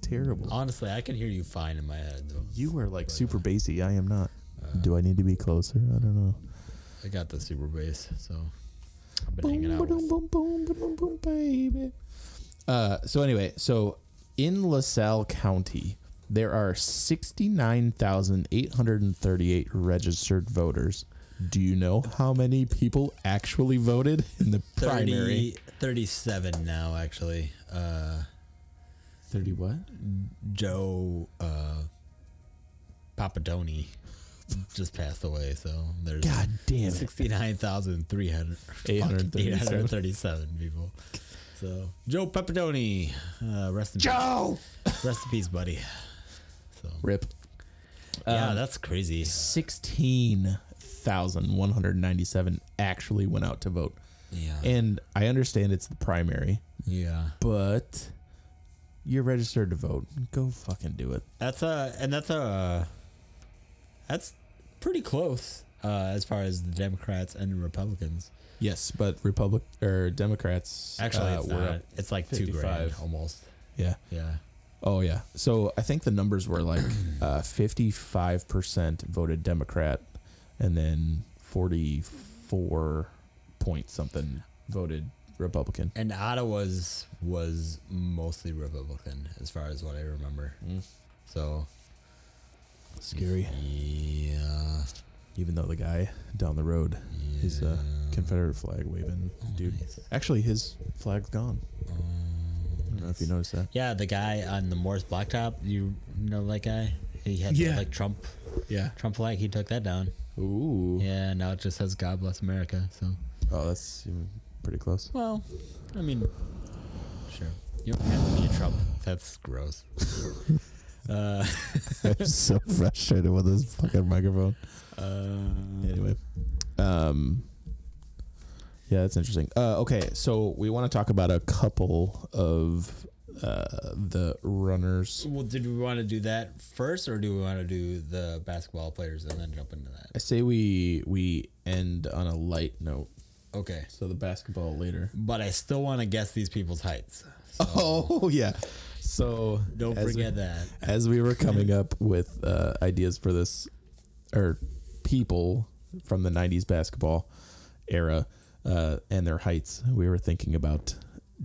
[SPEAKER 2] terrible.
[SPEAKER 3] Honestly, I can hear you fine in my head though.
[SPEAKER 2] You are like super bassy. I am not. Do I need to be closer? I don't know.
[SPEAKER 3] I got the super bass, so I've been hanging out. With.
[SPEAKER 2] boom, boom, boom, boom, baby. Uh, so anyway, so in LaSalle County, there are sixty-nine thousand eight hundred and thirty-eight registered voters. Do you know how many people actually voted in the
[SPEAKER 3] 30
[SPEAKER 2] primary?
[SPEAKER 3] 37 now actually. Uh,
[SPEAKER 2] Thirty what?
[SPEAKER 3] Joe uh, Papadoni just passed away, so there's
[SPEAKER 2] God damn it!
[SPEAKER 3] 69,300
[SPEAKER 2] Eight hundred and thirty-seven.
[SPEAKER 3] 837 people. So Joe Papadoni, uh, rest in
[SPEAKER 2] Joe.
[SPEAKER 3] peace, rest in peace, buddy. So
[SPEAKER 2] Rip.
[SPEAKER 3] yeah,
[SPEAKER 2] Um,
[SPEAKER 3] that's crazy.
[SPEAKER 2] Sixteen thousand one hundred ninety-seven actually went out to vote,
[SPEAKER 3] Yeah,
[SPEAKER 2] and I understand it's the primary.
[SPEAKER 3] yeah.
[SPEAKER 2] but you're registered to vote. Go fucking do it.
[SPEAKER 3] That's a and that's a that's pretty close uh, as far as the Democrats and Republicans.
[SPEAKER 2] Yes, but Republic or Democrats
[SPEAKER 3] Actually,
[SPEAKER 2] uh,
[SPEAKER 3] it's
[SPEAKER 2] were
[SPEAKER 3] not.
[SPEAKER 2] up.
[SPEAKER 3] It's like two grand
[SPEAKER 2] 55.
[SPEAKER 3] almost.
[SPEAKER 2] Yeah.
[SPEAKER 3] Yeah.
[SPEAKER 2] Oh yeah. So I think the numbers were [clears throat] like uh, 55% voted Democrat, and then 44 point something voted Republican.
[SPEAKER 3] And Ottawa's was mostly Republican, as far as what I remember.
[SPEAKER 2] Mm.
[SPEAKER 3] So
[SPEAKER 2] Scary.
[SPEAKER 3] yeah,
[SPEAKER 2] Even though the guy down the road, his uh, Confederate flag waving dude.
[SPEAKER 3] nice.
[SPEAKER 2] Actually, his flag's gone. I
[SPEAKER 3] Um,
[SPEAKER 2] don't know if you noticed that.
[SPEAKER 3] yeah, the guy on the Morris Blacktop, you know that guy? He had
[SPEAKER 2] Yeah.
[SPEAKER 3] that, like Trump,
[SPEAKER 2] Yeah.
[SPEAKER 3] Trump flag. He took that down.
[SPEAKER 2] Ooh.
[SPEAKER 3] Yeah, now it just says "God bless America." So,
[SPEAKER 2] Oh, that's even pretty close. [laughs]
[SPEAKER 3] well, I mean, sure, you don't have to be a Trump. That's gross. [laughs] uh,
[SPEAKER 2] I'm so frustrated with this fucking microphone.
[SPEAKER 3] uh,
[SPEAKER 2] Anyway, um, yeah, that's interesting. Uh, okay, so we want to talk about a couple of uh, the runners.
[SPEAKER 3] Well, did we want to do that first, or do we want to do the basketball players and then jump into that?
[SPEAKER 2] I say we we end on a light note.
[SPEAKER 3] Okay,
[SPEAKER 2] So the basketball later.
[SPEAKER 3] but I still want to guess these people's heights. So
[SPEAKER 2] Oh yeah. So
[SPEAKER 3] don't
[SPEAKER 2] as we-
[SPEAKER 3] forget that.
[SPEAKER 2] as we were coming up with uh, ideas for this or people from the 90s basketball era uh, and their heights we were thinking about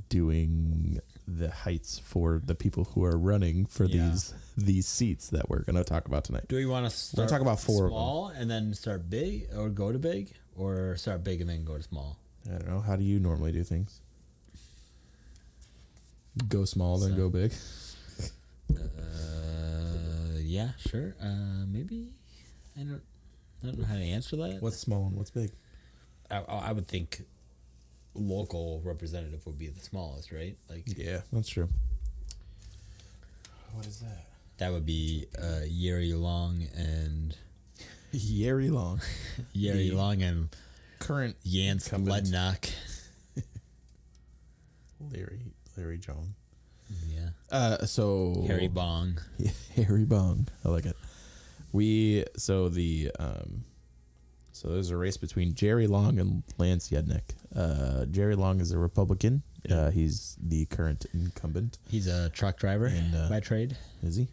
[SPEAKER 2] doing the heights for the people who are running for
[SPEAKER 3] Yeah.
[SPEAKER 2] these these seats that we're going to talk about tonight
[SPEAKER 3] Do we want to
[SPEAKER 2] gonna
[SPEAKER 3] start
[SPEAKER 2] talk about four of them.
[SPEAKER 3] small and then start big, or go to big, or start big and then go to small?
[SPEAKER 2] i don't know how do you normally do things go small then go big
[SPEAKER 3] Uh, yeah, sure. Uh, maybe I don't. I don't know how to answer that.
[SPEAKER 2] what's small and what's big
[SPEAKER 3] I, I would think local representative would be the smallest, right? Like
[SPEAKER 2] yeah that's true what is that
[SPEAKER 3] that would be uh, Yeri Long and
[SPEAKER 2] [laughs] yeri long
[SPEAKER 3] Yeri
[SPEAKER 2] The-
[SPEAKER 3] Long and
[SPEAKER 2] current
[SPEAKER 3] Jans
[SPEAKER 2] Incumbent.
[SPEAKER 3] Lednock.
[SPEAKER 2] Larry Larry John.
[SPEAKER 3] Yeah.
[SPEAKER 2] Uh, so
[SPEAKER 3] Harry Bong.
[SPEAKER 2] [laughs] Harry Bong. I like it. We so the um, so there's a race between Jerry Long and Lance Yednick. Uh, Jerry Long is a Republican. Uh, he's the current incumbent.
[SPEAKER 3] He's a truck driver
[SPEAKER 2] And, uh,
[SPEAKER 3] by trade.
[SPEAKER 2] Is he?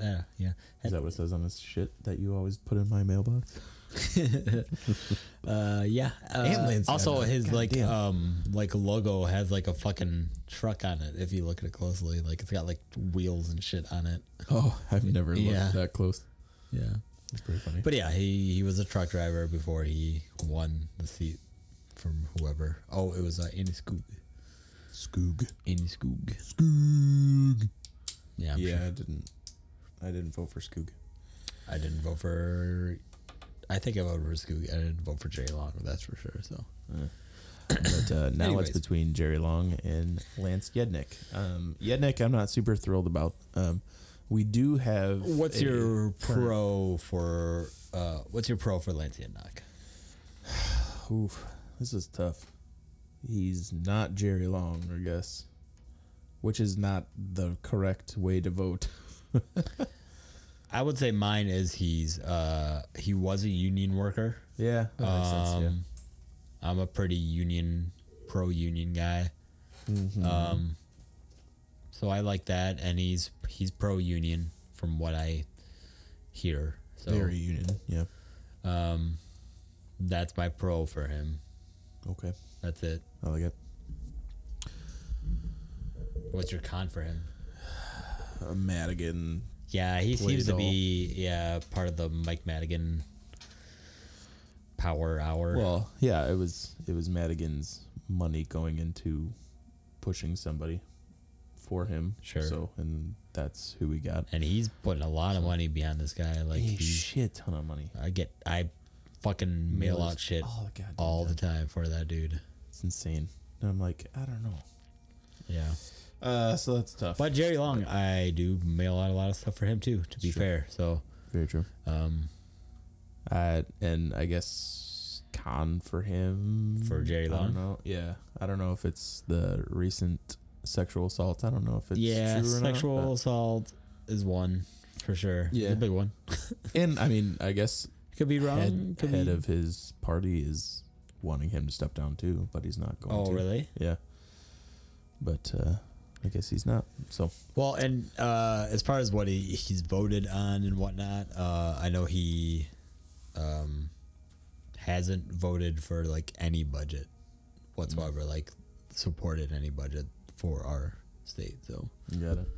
[SPEAKER 3] Yeah. Uh, yeah.
[SPEAKER 2] Is that what it says on this shit that you always put in my mailbox?
[SPEAKER 3] Uh, yeah. Uh,
[SPEAKER 2] And Lance
[SPEAKER 3] also,
[SPEAKER 2] Reddick.
[SPEAKER 3] his
[SPEAKER 2] God
[SPEAKER 3] like
[SPEAKER 2] damn.
[SPEAKER 3] um like logo has like a fucking truck on it. If you look at it closely, like it's got like wheels and shit on it.
[SPEAKER 2] Oh, [laughs] I've never
[SPEAKER 3] looked Yeah.
[SPEAKER 2] that close.
[SPEAKER 3] Yeah.
[SPEAKER 2] It's pretty funny.
[SPEAKER 3] But yeah, he he was a truck driver before he won the seat from whoever. Oh, it was uh, Andy Scoog.
[SPEAKER 2] Skoog.
[SPEAKER 3] Andy Scoog.
[SPEAKER 2] Skoog.
[SPEAKER 3] Yeah. I'm
[SPEAKER 2] yeah,
[SPEAKER 3] sure.
[SPEAKER 2] I didn't. I didn't vote for Skoog.
[SPEAKER 3] I didn't vote for. I think I voted for Scoog. I didn't vote for Jay Long. That's for sure. So.
[SPEAKER 2] But uh, now
[SPEAKER 3] Anyways.
[SPEAKER 2] it's between Jerry Long and Lance Yednick. Um, Yednick, I'm not super thrilled about. Um, we do have.
[SPEAKER 3] What's
[SPEAKER 2] a-
[SPEAKER 3] your pro for? Uh, what's your pro for Lance Yadnock?
[SPEAKER 2] Oof, this is tough. He's not Jerry Long, I guess, which is not the correct way to vote. [laughs]
[SPEAKER 3] I would say mine is he's uh, he was a union worker.
[SPEAKER 2] Yeah, that makes sense. Yeah.
[SPEAKER 3] Um, I'm a pretty union, pro union guy.
[SPEAKER 2] Mm-hmm.
[SPEAKER 3] Um, so I like that, and he's he's pro union from what I hear. So
[SPEAKER 2] Very union. Yeah.
[SPEAKER 3] um, that's my pro for him.
[SPEAKER 2] Okay.
[SPEAKER 3] That's it.
[SPEAKER 2] I like it.
[SPEAKER 3] What's your con for him?
[SPEAKER 2] Uh, Madigan.
[SPEAKER 3] Yeah, he seems to
[SPEAKER 2] Plato.
[SPEAKER 3] be yeah part of the Mike Madigan power hour.
[SPEAKER 2] Well, yeah, it was it was Madigan's money going into pushing somebody for him.
[SPEAKER 3] Sure.
[SPEAKER 2] So and that's who we got.
[SPEAKER 3] and he's putting a lot of money behind this guy. Like
[SPEAKER 2] a
[SPEAKER 3] he's,
[SPEAKER 2] shit ton of money.
[SPEAKER 3] I get I fucking mail
[SPEAKER 2] Millions.
[SPEAKER 3] out shit
[SPEAKER 2] All the goddamn
[SPEAKER 3] all the
[SPEAKER 2] time.
[SPEAKER 3] time for that dude.
[SPEAKER 2] It's insane. And I'm like, I don't know.
[SPEAKER 3] Yeah,
[SPEAKER 2] Uh, so that's tough.
[SPEAKER 3] but Jerry Long, I do mail out a lot of stuff for him too. To be
[SPEAKER 2] Sure.
[SPEAKER 3] fair, so
[SPEAKER 2] Very true.
[SPEAKER 3] um,
[SPEAKER 2] Uh, and I guess con for him
[SPEAKER 3] For Jerry
[SPEAKER 2] I
[SPEAKER 3] Long?
[SPEAKER 2] don't know. Yeah, I don't know if it's the recent sexual assault. I don't know if it's
[SPEAKER 3] yeah,
[SPEAKER 2] true or not,
[SPEAKER 3] sexual
[SPEAKER 2] but-
[SPEAKER 3] assault is one for sure. It's
[SPEAKER 2] Yeah.
[SPEAKER 3] a big one.
[SPEAKER 2] And I mean, I guess
[SPEAKER 3] Could be wrong.
[SPEAKER 2] head,
[SPEAKER 3] could
[SPEAKER 2] head
[SPEAKER 3] be-
[SPEAKER 2] of his party is wanting him to step down too, but he's not going.
[SPEAKER 3] oh
[SPEAKER 2] to.
[SPEAKER 3] really?
[SPEAKER 2] Yeah. But uh, I guess he's not. So
[SPEAKER 3] Well, and uh, as far as what he, he's voted on and whatnot, uh, I know he um, hasn't voted for like any budget whatsoever,
[SPEAKER 2] Mm.
[SPEAKER 3] like supported any budget for our state. So
[SPEAKER 2] you got it.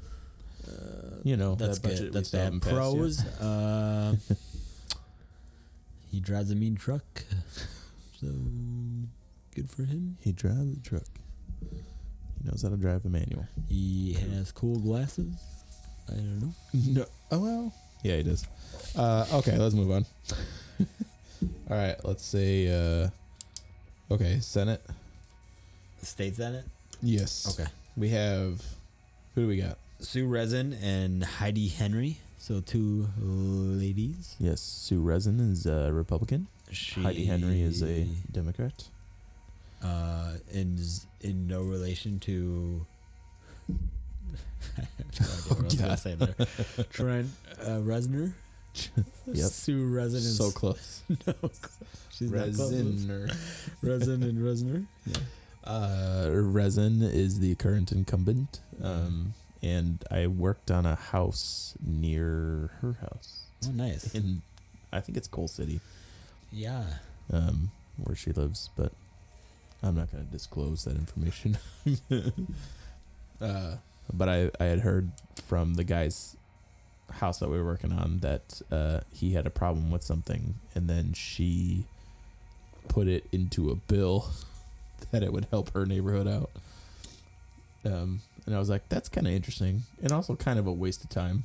[SPEAKER 2] you know
[SPEAKER 3] that's
[SPEAKER 2] Uh, that budget
[SPEAKER 3] good.
[SPEAKER 2] we
[SPEAKER 3] That's
[SPEAKER 2] still
[SPEAKER 3] bad.
[SPEAKER 2] haven't passed yet. [laughs]
[SPEAKER 3] Pros. Uh, he drives a mean truck, [laughs] so good for him.
[SPEAKER 2] He drives a truck. He knows how to drive a manual.
[SPEAKER 3] He has cool glasses. I don't know.
[SPEAKER 2] No. Oh well. Yeah, he does. Uh, okay, let's move on. [laughs] All right, let's say. Uh, okay, Senate.
[SPEAKER 3] State Senate.
[SPEAKER 2] Yes.
[SPEAKER 3] Okay.
[SPEAKER 2] We have. Who do we got?
[SPEAKER 3] Sue Resin and Heidi Henry. So two ladies.
[SPEAKER 2] Yes, Sue Resin is a Republican.
[SPEAKER 3] She,
[SPEAKER 2] Heidi Henry is a Democrat.
[SPEAKER 3] uh, and is in no
[SPEAKER 2] [laughs]
[SPEAKER 3] relation to. [laughs] I have no idea what I was gonna
[SPEAKER 2] God.
[SPEAKER 3] say there. [laughs] Trent uh, Reznor.
[SPEAKER 2] Yep.
[SPEAKER 3] Sue Resin. [laughs] and
[SPEAKER 2] So
[SPEAKER 3] S-
[SPEAKER 2] close.
[SPEAKER 3] She's not close. Resin and Reznor.
[SPEAKER 2] [laughs] Uh, Resin is the current incumbent, um, and I worked on a house near her house
[SPEAKER 3] Oh, nice.
[SPEAKER 2] in, I think it's Coal City,
[SPEAKER 3] Yeah.
[SPEAKER 2] um, where she lives, but I'm not going to disclose that information. [laughs] uh, but I, I had heard from the guy's house that we were working on that uh, he had a problem with something, and then she put it into a bill [laughs] that it would help her neighborhood out. Um, and I was like, that's kind of interesting, and also kind of a waste of time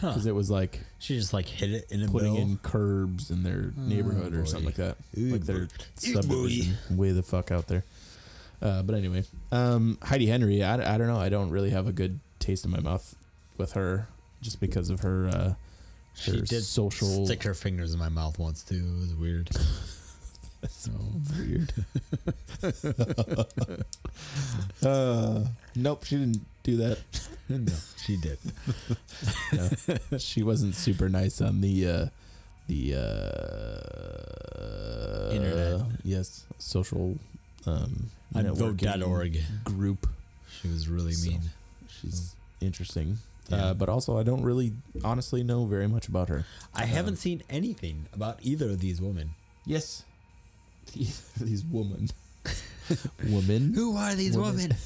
[SPEAKER 3] Huh.
[SPEAKER 2] because it was like
[SPEAKER 3] She just like hit it in a
[SPEAKER 2] putting
[SPEAKER 3] bill.
[SPEAKER 2] in curbs in their
[SPEAKER 3] Oh,
[SPEAKER 2] neighborhood or
[SPEAKER 3] boy.
[SPEAKER 2] something like that.
[SPEAKER 3] Ooh,
[SPEAKER 2] like their
[SPEAKER 3] boy. Ooh, boy.
[SPEAKER 2] subdivision way the fuck out there. Uh, but anyway, um, Heidi Henry, I, I don't know. I don't really have a good taste in my mouth with her just because of her, uh, her
[SPEAKER 3] She did
[SPEAKER 2] social.
[SPEAKER 3] stick her fingers in my mouth once too. It was weird. [laughs]
[SPEAKER 2] so [laughs] weird. uh, nope, she didn't do
[SPEAKER 3] [laughs]
[SPEAKER 2] that?
[SPEAKER 3] no, she did.
[SPEAKER 2] she wasn't super nice on the uh, the uh,
[SPEAKER 3] Internet.
[SPEAKER 2] yes, social. Um,
[SPEAKER 3] On
[SPEAKER 2] networking
[SPEAKER 3] vote.org.
[SPEAKER 2] group.
[SPEAKER 3] She was really
[SPEAKER 2] So-
[SPEAKER 3] mean.
[SPEAKER 2] She's interesting,
[SPEAKER 3] Yeah.
[SPEAKER 2] uh, but also I don't really honestly know very much about her.
[SPEAKER 3] I haven't seen anything about either of these women.
[SPEAKER 2] Yes, these [laughs]
[SPEAKER 3] [laughs]
[SPEAKER 2] woman, woman.
[SPEAKER 3] Who are these
[SPEAKER 2] Women.
[SPEAKER 3] [laughs]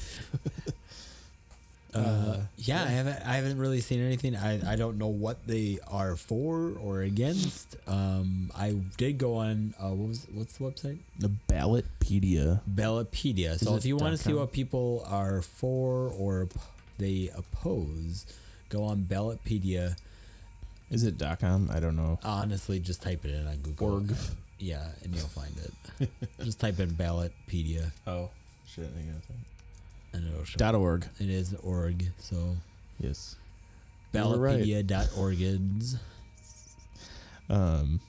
[SPEAKER 3] Uh, yeah, I haven't. I haven't really seen anything. I, I don't know what they are for or against. Um, I did go on. Uh, what was what's the website?
[SPEAKER 2] The Ballotpedia.
[SPEAKER 3] Ballotpedia. So
[SPEAKER 2] it
[SPEAKER 3] if you want to see
[SPEAKER 2] .com?
[SPEAKER 3] what people are for or p- they oppose, go on Ballotpedia.
[SPEAKER 2] Is it .com? I don't know.
[SPEAKER 3] Honestly, just type it in on Google.
[SPEAKER 2] Org.
[SPEAKER 3] Yeah, and you'll find [laughs] it. just type in Ballotpedia,
[SPEAKER 2] Oh shit!
[SPEAKER 3] and it'll show.
[SPEAKER 2] Dot org.
[SPEAKER 3] it is an org. So
[SPEAKER 2] Yes. You were right.
[SPEAKER 3] Ballotpedia.organs.
[SPEAKER 2] Um,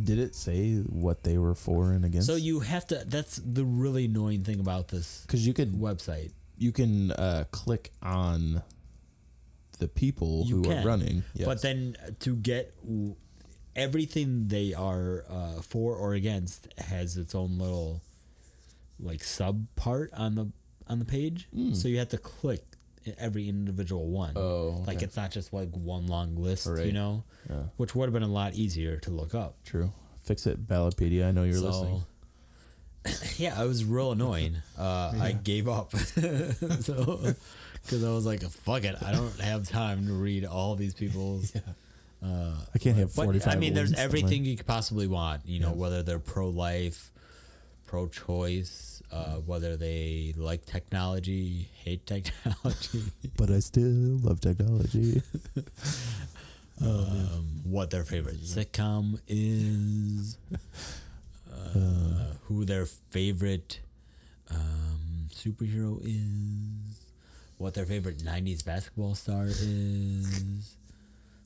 [SPEAKER 2] did it say what they were for and against?
[SPEAKER 3] So you have to. That's the really annoying thing about this
[SPEAKER 2] because you could
[SPEAKER 3] website.
[SPEAKER 2] you can uh, click on the people
[SPEAKER 3] You
[SPEAKER 2] who
[SPEAKER 3] can,
[SPEAKER 2] are running, yes.
[SPEAKER 3] But then uh, to get w- everything they are uh, for or against has its own little like sub part on the on the page. So you have to click e, every individual one.
[SPEAKER 2] Hmm. Oh,
[SPEAKER 3] like
[SPEAKER 2] okay.
[SPEAKER 3] it's not just like one long list, you
[SPEAKER 2] Right.
[SPEAKER 3] know,
[SPEAKER 2] Yeah.
[SPEAKER 3] which would have been a lot easier to look up.
[SPEAKER 2] true. Fix it, Ballotpedia. I know you're listening.
[SPEAKER 3] [laughs] Yeah, it was real annoying. Uh, I gave up. [laughs] so, because I was like, fuck it. I don't have time to read all these people's. Uh,
[SPEAKER 2] I can't have
[SPEAKER 3] but
[SPEAKER 2] 45
[SPEAKER 3] I mean, there's
[SPEAKER 2] words on my-
[SPEAKER 3] everything you could possibly want, you know, whether they're pro life, pro choice, uh, whether they like technology, hate [laughs] technology,
[SPEAKER 2] But I still love technology.
[SPEAKER 3] um, what their favorite sitcom is, uh, who their favorite um, superhero is, what their favorite 90s basketball star is.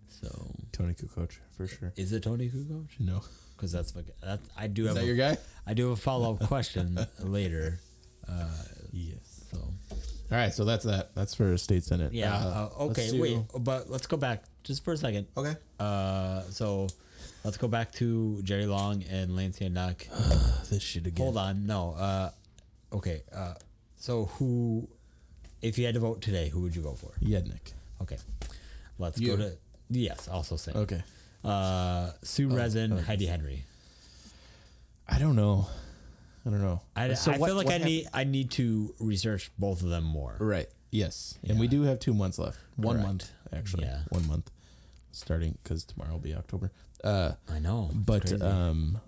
[SPEAKER 3] So,
[SPEAKER 2] [laughs] Tony Kukoc for sure.
[SPEAKER 3] is it Tony Kukoc?
[SPEAKER 2] No,
[SPEAKER 3] Because that's, fuck- that's I do have a,
[SPEAKER 2] guy?
[SPEAKER 3] I do have a follow up question later. Uh,
[SPEAKER 2] Yes.
[SPEAKER 3] so
[SPEAKER 2] All right, so that's that. That's for state senate.
[SPEAKER 3] yeah,
[SPEAKER 2] Uh,
[SPEAKER 3] uh, okay,
[SPEAKER 2] let's do-
[SPEAKER 3] wait, but let's go back just for a second.
[SPEAKER 2] Okay.
[SPEAKER 3] Uh, so let's go back to Jerry Long and Lance Yannick.
[SPEAKER 2] This shit again.
[SPEAKER 3] Hold on, no. Uh, okay. Uh, so who, if you had to vote today, who would you vote for?
[SPEAKER 2] Yednick.
[SPEAKER 3] Okay, let's
[SPEAKER 2] You.
[SPEAKER 3] go to yes. Also same.
[SPEAKER 2] Okay. Oh,
[SPEAKER 3] Uh, Sue Resin, Heidi Henry.
[SPEAKER 2] I don't know. I don't know.
[SPEAKER 3] I,
[SPEAKER 2] So
[SPEAKER 3] I
[SPEAKER 2] what-
[SPEAKER 3] feel like I
[SPEAKER 2] what hap-
[SPEAKER 3] need I need to research both of them more.
[SPEAKER 2] Right. Yes. And we
[SPEAKER 3] Yeah.
[SPEAKER 2] do have two months left. One
[SPEAKER 3] Correct.
[SPEAKER 2] month, actually.
[SPEAKER 3] Yeah.
[SPEAKER 2] One month. Starting because tomorrow will be October. Uh,
[SPEAKER 3] I know, it's
[SPEAKER 2] but
[SPEAKER 3] crazy.
[SPEAKER 2] um,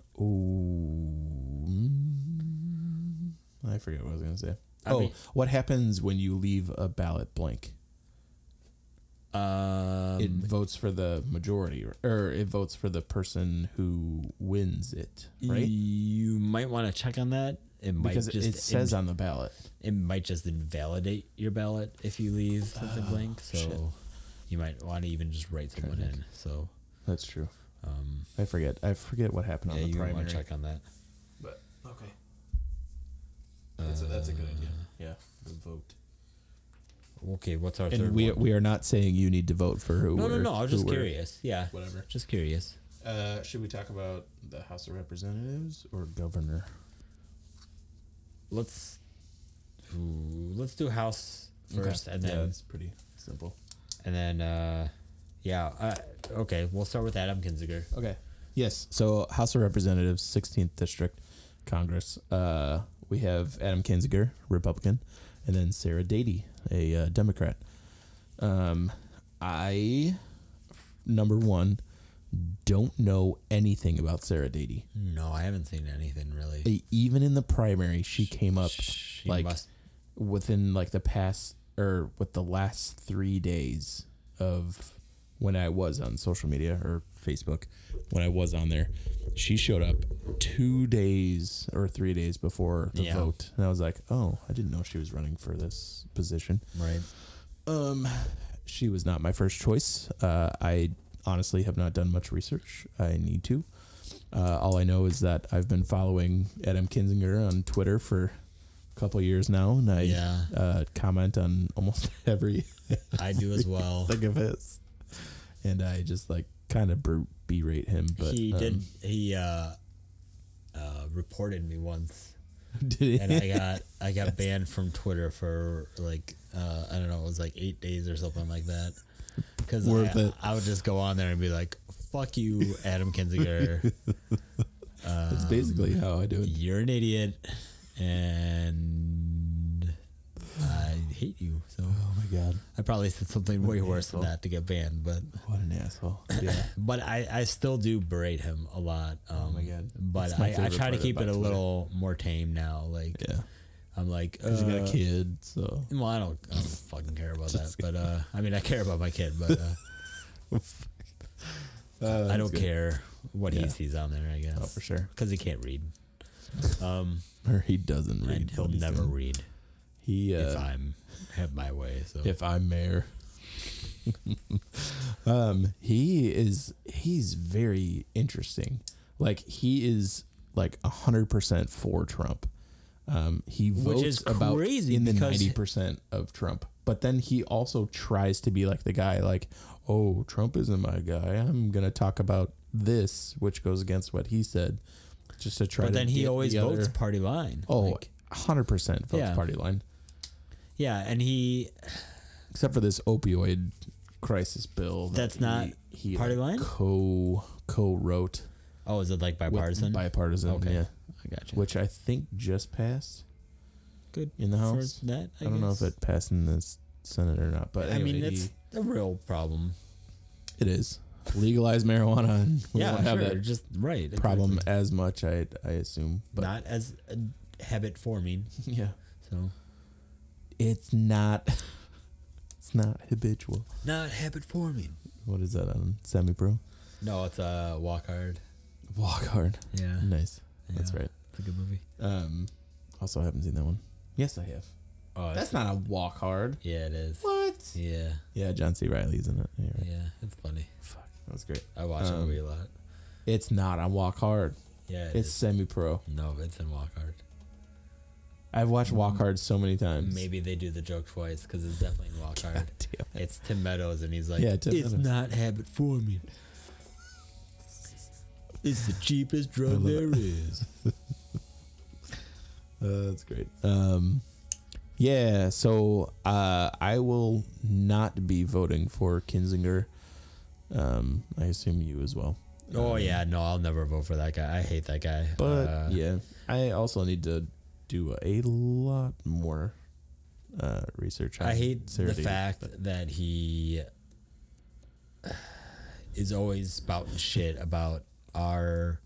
[SPEAKER 2] ooh, mm, I forget what I was gonna say.
[SPEAKER 3] I
[SPEAKER 2] oh,
[SPEAKER 3] mean-
[SPEAKER 2] what happens when you leave a ballot blank?
[SPEAKER 3] um,
[SPEAKER 2] It votes for the majority, or, or it votes for the person who wins it, right?
[SPEAKER 3] you might want to check on that. It might
[SPEAKER 2] Because it,
[SPEAKER 3] just
[SPEAKER 2] it says
[SPEAKER 3] in-
[SPEAKER 2] on the ballot.
[SPEAKER 3] it might just invalidate your ballot if you leave something blank. So
[SPEAKER 2] Ah, shit.
[SPEAKER 3] you might want to even just write someone in. So
[SPEAKER 2] That's true.
[SPEAKER 3] um,
[SPEAKER 2] I forget. I forget what happened
[SPEAKER 3] yeah,
[SPEAKER 2] on the
[SPEAKER 3] you
[SPEAKER 2] primary.
[SPEAKER 3] want to check on that.
[SPEAKER 2] But okay, that's a, that's a good idea. Yeah, the vote.
[SPEAKER 3] Uh, Okay, what's our
[SPEAKER 2] And
[SPEAKER 3] third
[SPEAKER 2] we
[SPEAKER 3] one?
[SPEAKER 2] we are not saying you need to vote for who.
[SPEAKER 3] no, no,
[SPEAKER 2] we're-
[SPEAKER 3] no. I was
[SPEAKER 2] who
[SPEAKER 3] just
[SPEAKER 2] we're-
[SPEAKER 3] curious. Yeah,
[SPEAKER 2] Whatever.
[SPEAKER 3] just curious.
[SPEAKER 2] Uh, should we talk about the House of Representatives or governor?
[SPEAKER 3] Let's ooh, let's do house first, and
[SPEAKER 2] yeah,
[SPEAKER 3] then
[SPEAKER 2] it's pretty simple.
[SPEAKER 3] and then uh, yeah. Uh, okay, we'll start with Adam Kinziger.
[SPEAKER 2] Okay. Yes. So House of Representatives, 16th District, Congress. Uh, we have Adam Kinzinger, Republican, and then Sarah Dady, a uh, Democrat. Um, I number one don't know anything about Sarah Dady.
[SPEAKER 3] No, I haven't seen anything really.
[SPEAKER 2] E- Even in the primary, she came up
[SPEAKER 3] She
[SPEAKER 2] like
[SPEAKER 3] must-
[SPEAKER 2] within like the past or with the last three days of when I was on social media or Facebook, when I was on there, she showed up two days or three days before the
[SPEAKER 3] Yeah.
[SPEAKER 2] vote. And I was like, oh, I didn't know she was running for this position.
[SPEAKER 3] right.
[SPEAKER 2] Um, she was not my first choice. Uh, I honestly have not done much research. I need to. Uh, all I know is that I've been following Adam Kinzinger on Twitter for couple years now, and I
[SPEAKER 3] Yeah.
[SPEAKER 2] uh, comment on almost [laughs] every
[SPEAKER 3] I do as [laughs] well.
[SPEAKER 2] thing of his, and I just like kind of ber- berate him. But
[SPEAKER 3] he
[SPEAKER 2] um,
[SPEAKER 3] did. He uh, uh, reported me once,
[SPEAKER 2] [laughs] did
[SPEAKER 3] and
[SPEAKER 2] he?
[SPEAKER 3] I got I got banned from Twitter for like uh, I don't know, it was like eight days or something like that. Because
[SPEAKER 2] Worth
[SPEAKER 3] I,
[SPEAKER 2] it.
[SPEAKER 3] I would just go on there and be like, "Fuck you, Adam
[SPEAKER 2] [laughs]
[SPEAKER 3] Kinziger.
[SPEAKER 2] That's basically
[SPEAKER 3] um,
[SPEAKER 2] how I do it.
[SPEAKER 3] You're an idiot, and I hate you." So
[SPEAKER 2] Oh my god,
[SPEAKER 3] I probably said something way worse than that to get banned, but
[SPEAKER 2] what an asshole! Yeah,
[SPEAKER 3] but I, I still do berate him a lot. Um,
[SPEAKER 2] Oh my God.
[SPEAKER 3] But
[SPEAKER 2] That's my
[SPEAKER 3] I, I
[SPEAKER 2] favorite
[SPEAKER 3] try to
[SPEAKER 2] part
[SPEAKER 3] keep it
[SPEAKER 2] about
[SPEAKER 3] a
[SPEAKER 2] Twitter.
[SPEAKER 3] little more tame now. Like
[SPEAKER 2] [laughs] yeah.
[SPEAKER 3] I'm like, uh,
[SPEAKER 2] Cause you got a kid, so
[SPEAKER 3] well, I don't, I don't fucking care
[SPEAKER 2] [laughs]
[SPEAKER 3] about that. But uh, I mean, I care about my kid, but uh, I don't care what
[SPEAKER 2] Yeah.
[SPEAKER 3] he sees on there. I guess
[SPEAKER 2] Oh, for sure.
[SPEAKER 3] because he can't
[SPEAKER 2] [laughs]
[SPEAKER 3] read. Um,
[SPEAKER 2] Or he doesn't read.
[SPEAKER 3] and he'll
[SPEAKER 2] what he's
[SPEAKER 3] never
[SPEAKER 2] doing.
[SPEAKER 3] read
[SPEAKER 2] He uh,
[SPEAKER 3] if I'm have my way. So
[SPEAKER 2] if I'm mayor. [laughs] um, he is he's very interesting. Like he is like hundred percent for Trump. Um, he votes
[SPEAKER 3] is
[SPEAKER 2] about
[SPEAKER 3] crazy
[SPEAKER 2] in the
[SPEAKER 3] because-
[SPEAKER 2] ninety percent of Trump, but then he also tries to be like the guy, like, oh, Trump isn't my guy. I'm gonna talk about this, which goes against what he said, just to try.
[SPEAKER 3] but
[SPEAKER 2] to
[SPEAKER 3] then he
[SPEAKER 2] get
[SPEAKER 3] always
[SPEAKER 2] the other-
[SPEAKER 3] votes party line.
[SPEAKER 2] Oh,
[SPEAKER 3] Like,
[SPEAKER 2] hundred percent votes
[SPEAKER 3] Yeah.
[SPEAKER 2] party line.
[SPEAKER 3] yeah, and he
[SPEAKER 2] except for this opioid crisis bill. that
[SPEAKER 3] That's not party line?
[SPEAKER 2] Co co wrote
[SPEAKER 3] oh, is it like bipartisan?
[SPEAKER 2] bipartisan.
[SPEAKER 3] okay,
[SPEAKER 2] yeah,
[SPEAKER 3] I got you.
[SPEAKER 2] which I think just passed.
[SPEAKER 3] Good
[SPEAKER 2] in the
[SPEAKER 3] for
[SPEAKER 2] House?
[SPEAKER 3] That
[SPEAKER 2] I, don't know if
[SPEAKER 3] guess.
[SPEAKER 2] it passed in the s- Senate or not, but
[SPEAKER 3] I mean,
[SPEAKER 2] anyway,
[SPEAKER 3] it's a real problem.
[SPEAKER 2] he- it is legalize marijuana. And we
[SPEAKER 3] yeah,
[SPEAKER 2] won't have
[SPEAKER 3] sure.
[SPEAKER 2] that
[SPEAKER 3] Just right exactly.
[SPEAKER 2] problem as much. I I assume, but
[SPEAKER 3] Not as a habit forming.
[SPEAKER 2] [laughs] yeah,
[SPEAKER 3] So
[SPEAKER 2] it's not. It's not habitual.
[SPEAKER 3] not habit forming.
[SPEAKER 2] What is that on semi pro?
[SPEAKER 3] No, it's a uh, walk hard.
[SPEAKER 2] Walk hard.
[SPEAKER 3] Yeah,
[SPEAKER 2] Nice. That's
[SPEAKER 3] Yeah.
[SPEAKER 2] right.
[SPEAKER 3] it's a good movie.
[SPEAKER 2] Um, also, I haven't seen that one. Yes, I have.
[SPEAKER 3] Oh,
[SPEAKER 2] That's not a walk hard.
[SPEAKER 3] yeah, it is.
[SPEAKER 2] What?
[SPEAKER 3] Yeah,
[SPEAKER 2] Yeah, John C. Riley's in it. Yeah, right.
[SPEAKER 3] yeah, it's funny.
[SPEAKER 2] Fuck, that was great.
[SPEAKER 3] I watch
[SPEAKER 2] Um,
[SPEAKER 3] that movie a lot.
[SPEAKER 2] It's not on Walk Hard.
[SPEAKER 3] Yeah,
[SPEAKER 2] it's semi pro.
[SPEAKER 3] no, it's in walk hard.
[SPEAKER 2] I've watched Walk Hard so many times. [laughs]
[SPEAKER 3] Mm-hmm. Maybe they do the joke twice because it's definitely in walk hard. [laughs]
[SPEAKER 2] Damn.
[SPEAKER 3] It's Tim Meadows, and he's like,
[SPEAKER 2] Yeah, Tim
[SPEAKER 3] "It's
[SPEAKER 2] Meadows.
[SPEAKER 3] not habit forming. It's the cheapest drug
[SPEAKER 2] love
[SPEAKER 3] there
[SPEAKER 2] [laughs]
[SPEAKER 3] is."
[SPEAKER 2] Uh, that's great. Um, yeah. So uh, I will not be voting for Kinzinger. Um, I assume you as well.
[SPEAKER 3] Oh
[SPEAKER 2] Um,
[SPEAKER 3] yeah, no, I'll never vote for that guy. I hate that guy.
[SPEAKER 2] But
[SPEAKER 3] Uh,
[SPEAKER 2] yeah, I also need to do a lot more uh, research.
[SPEAKER 3] I
[SPEAKER 2] on
[SPEAKER 3] hate
[SPEAKER 2] Sarah
[SPEAKER 3] the fact that he is always spouting shit about our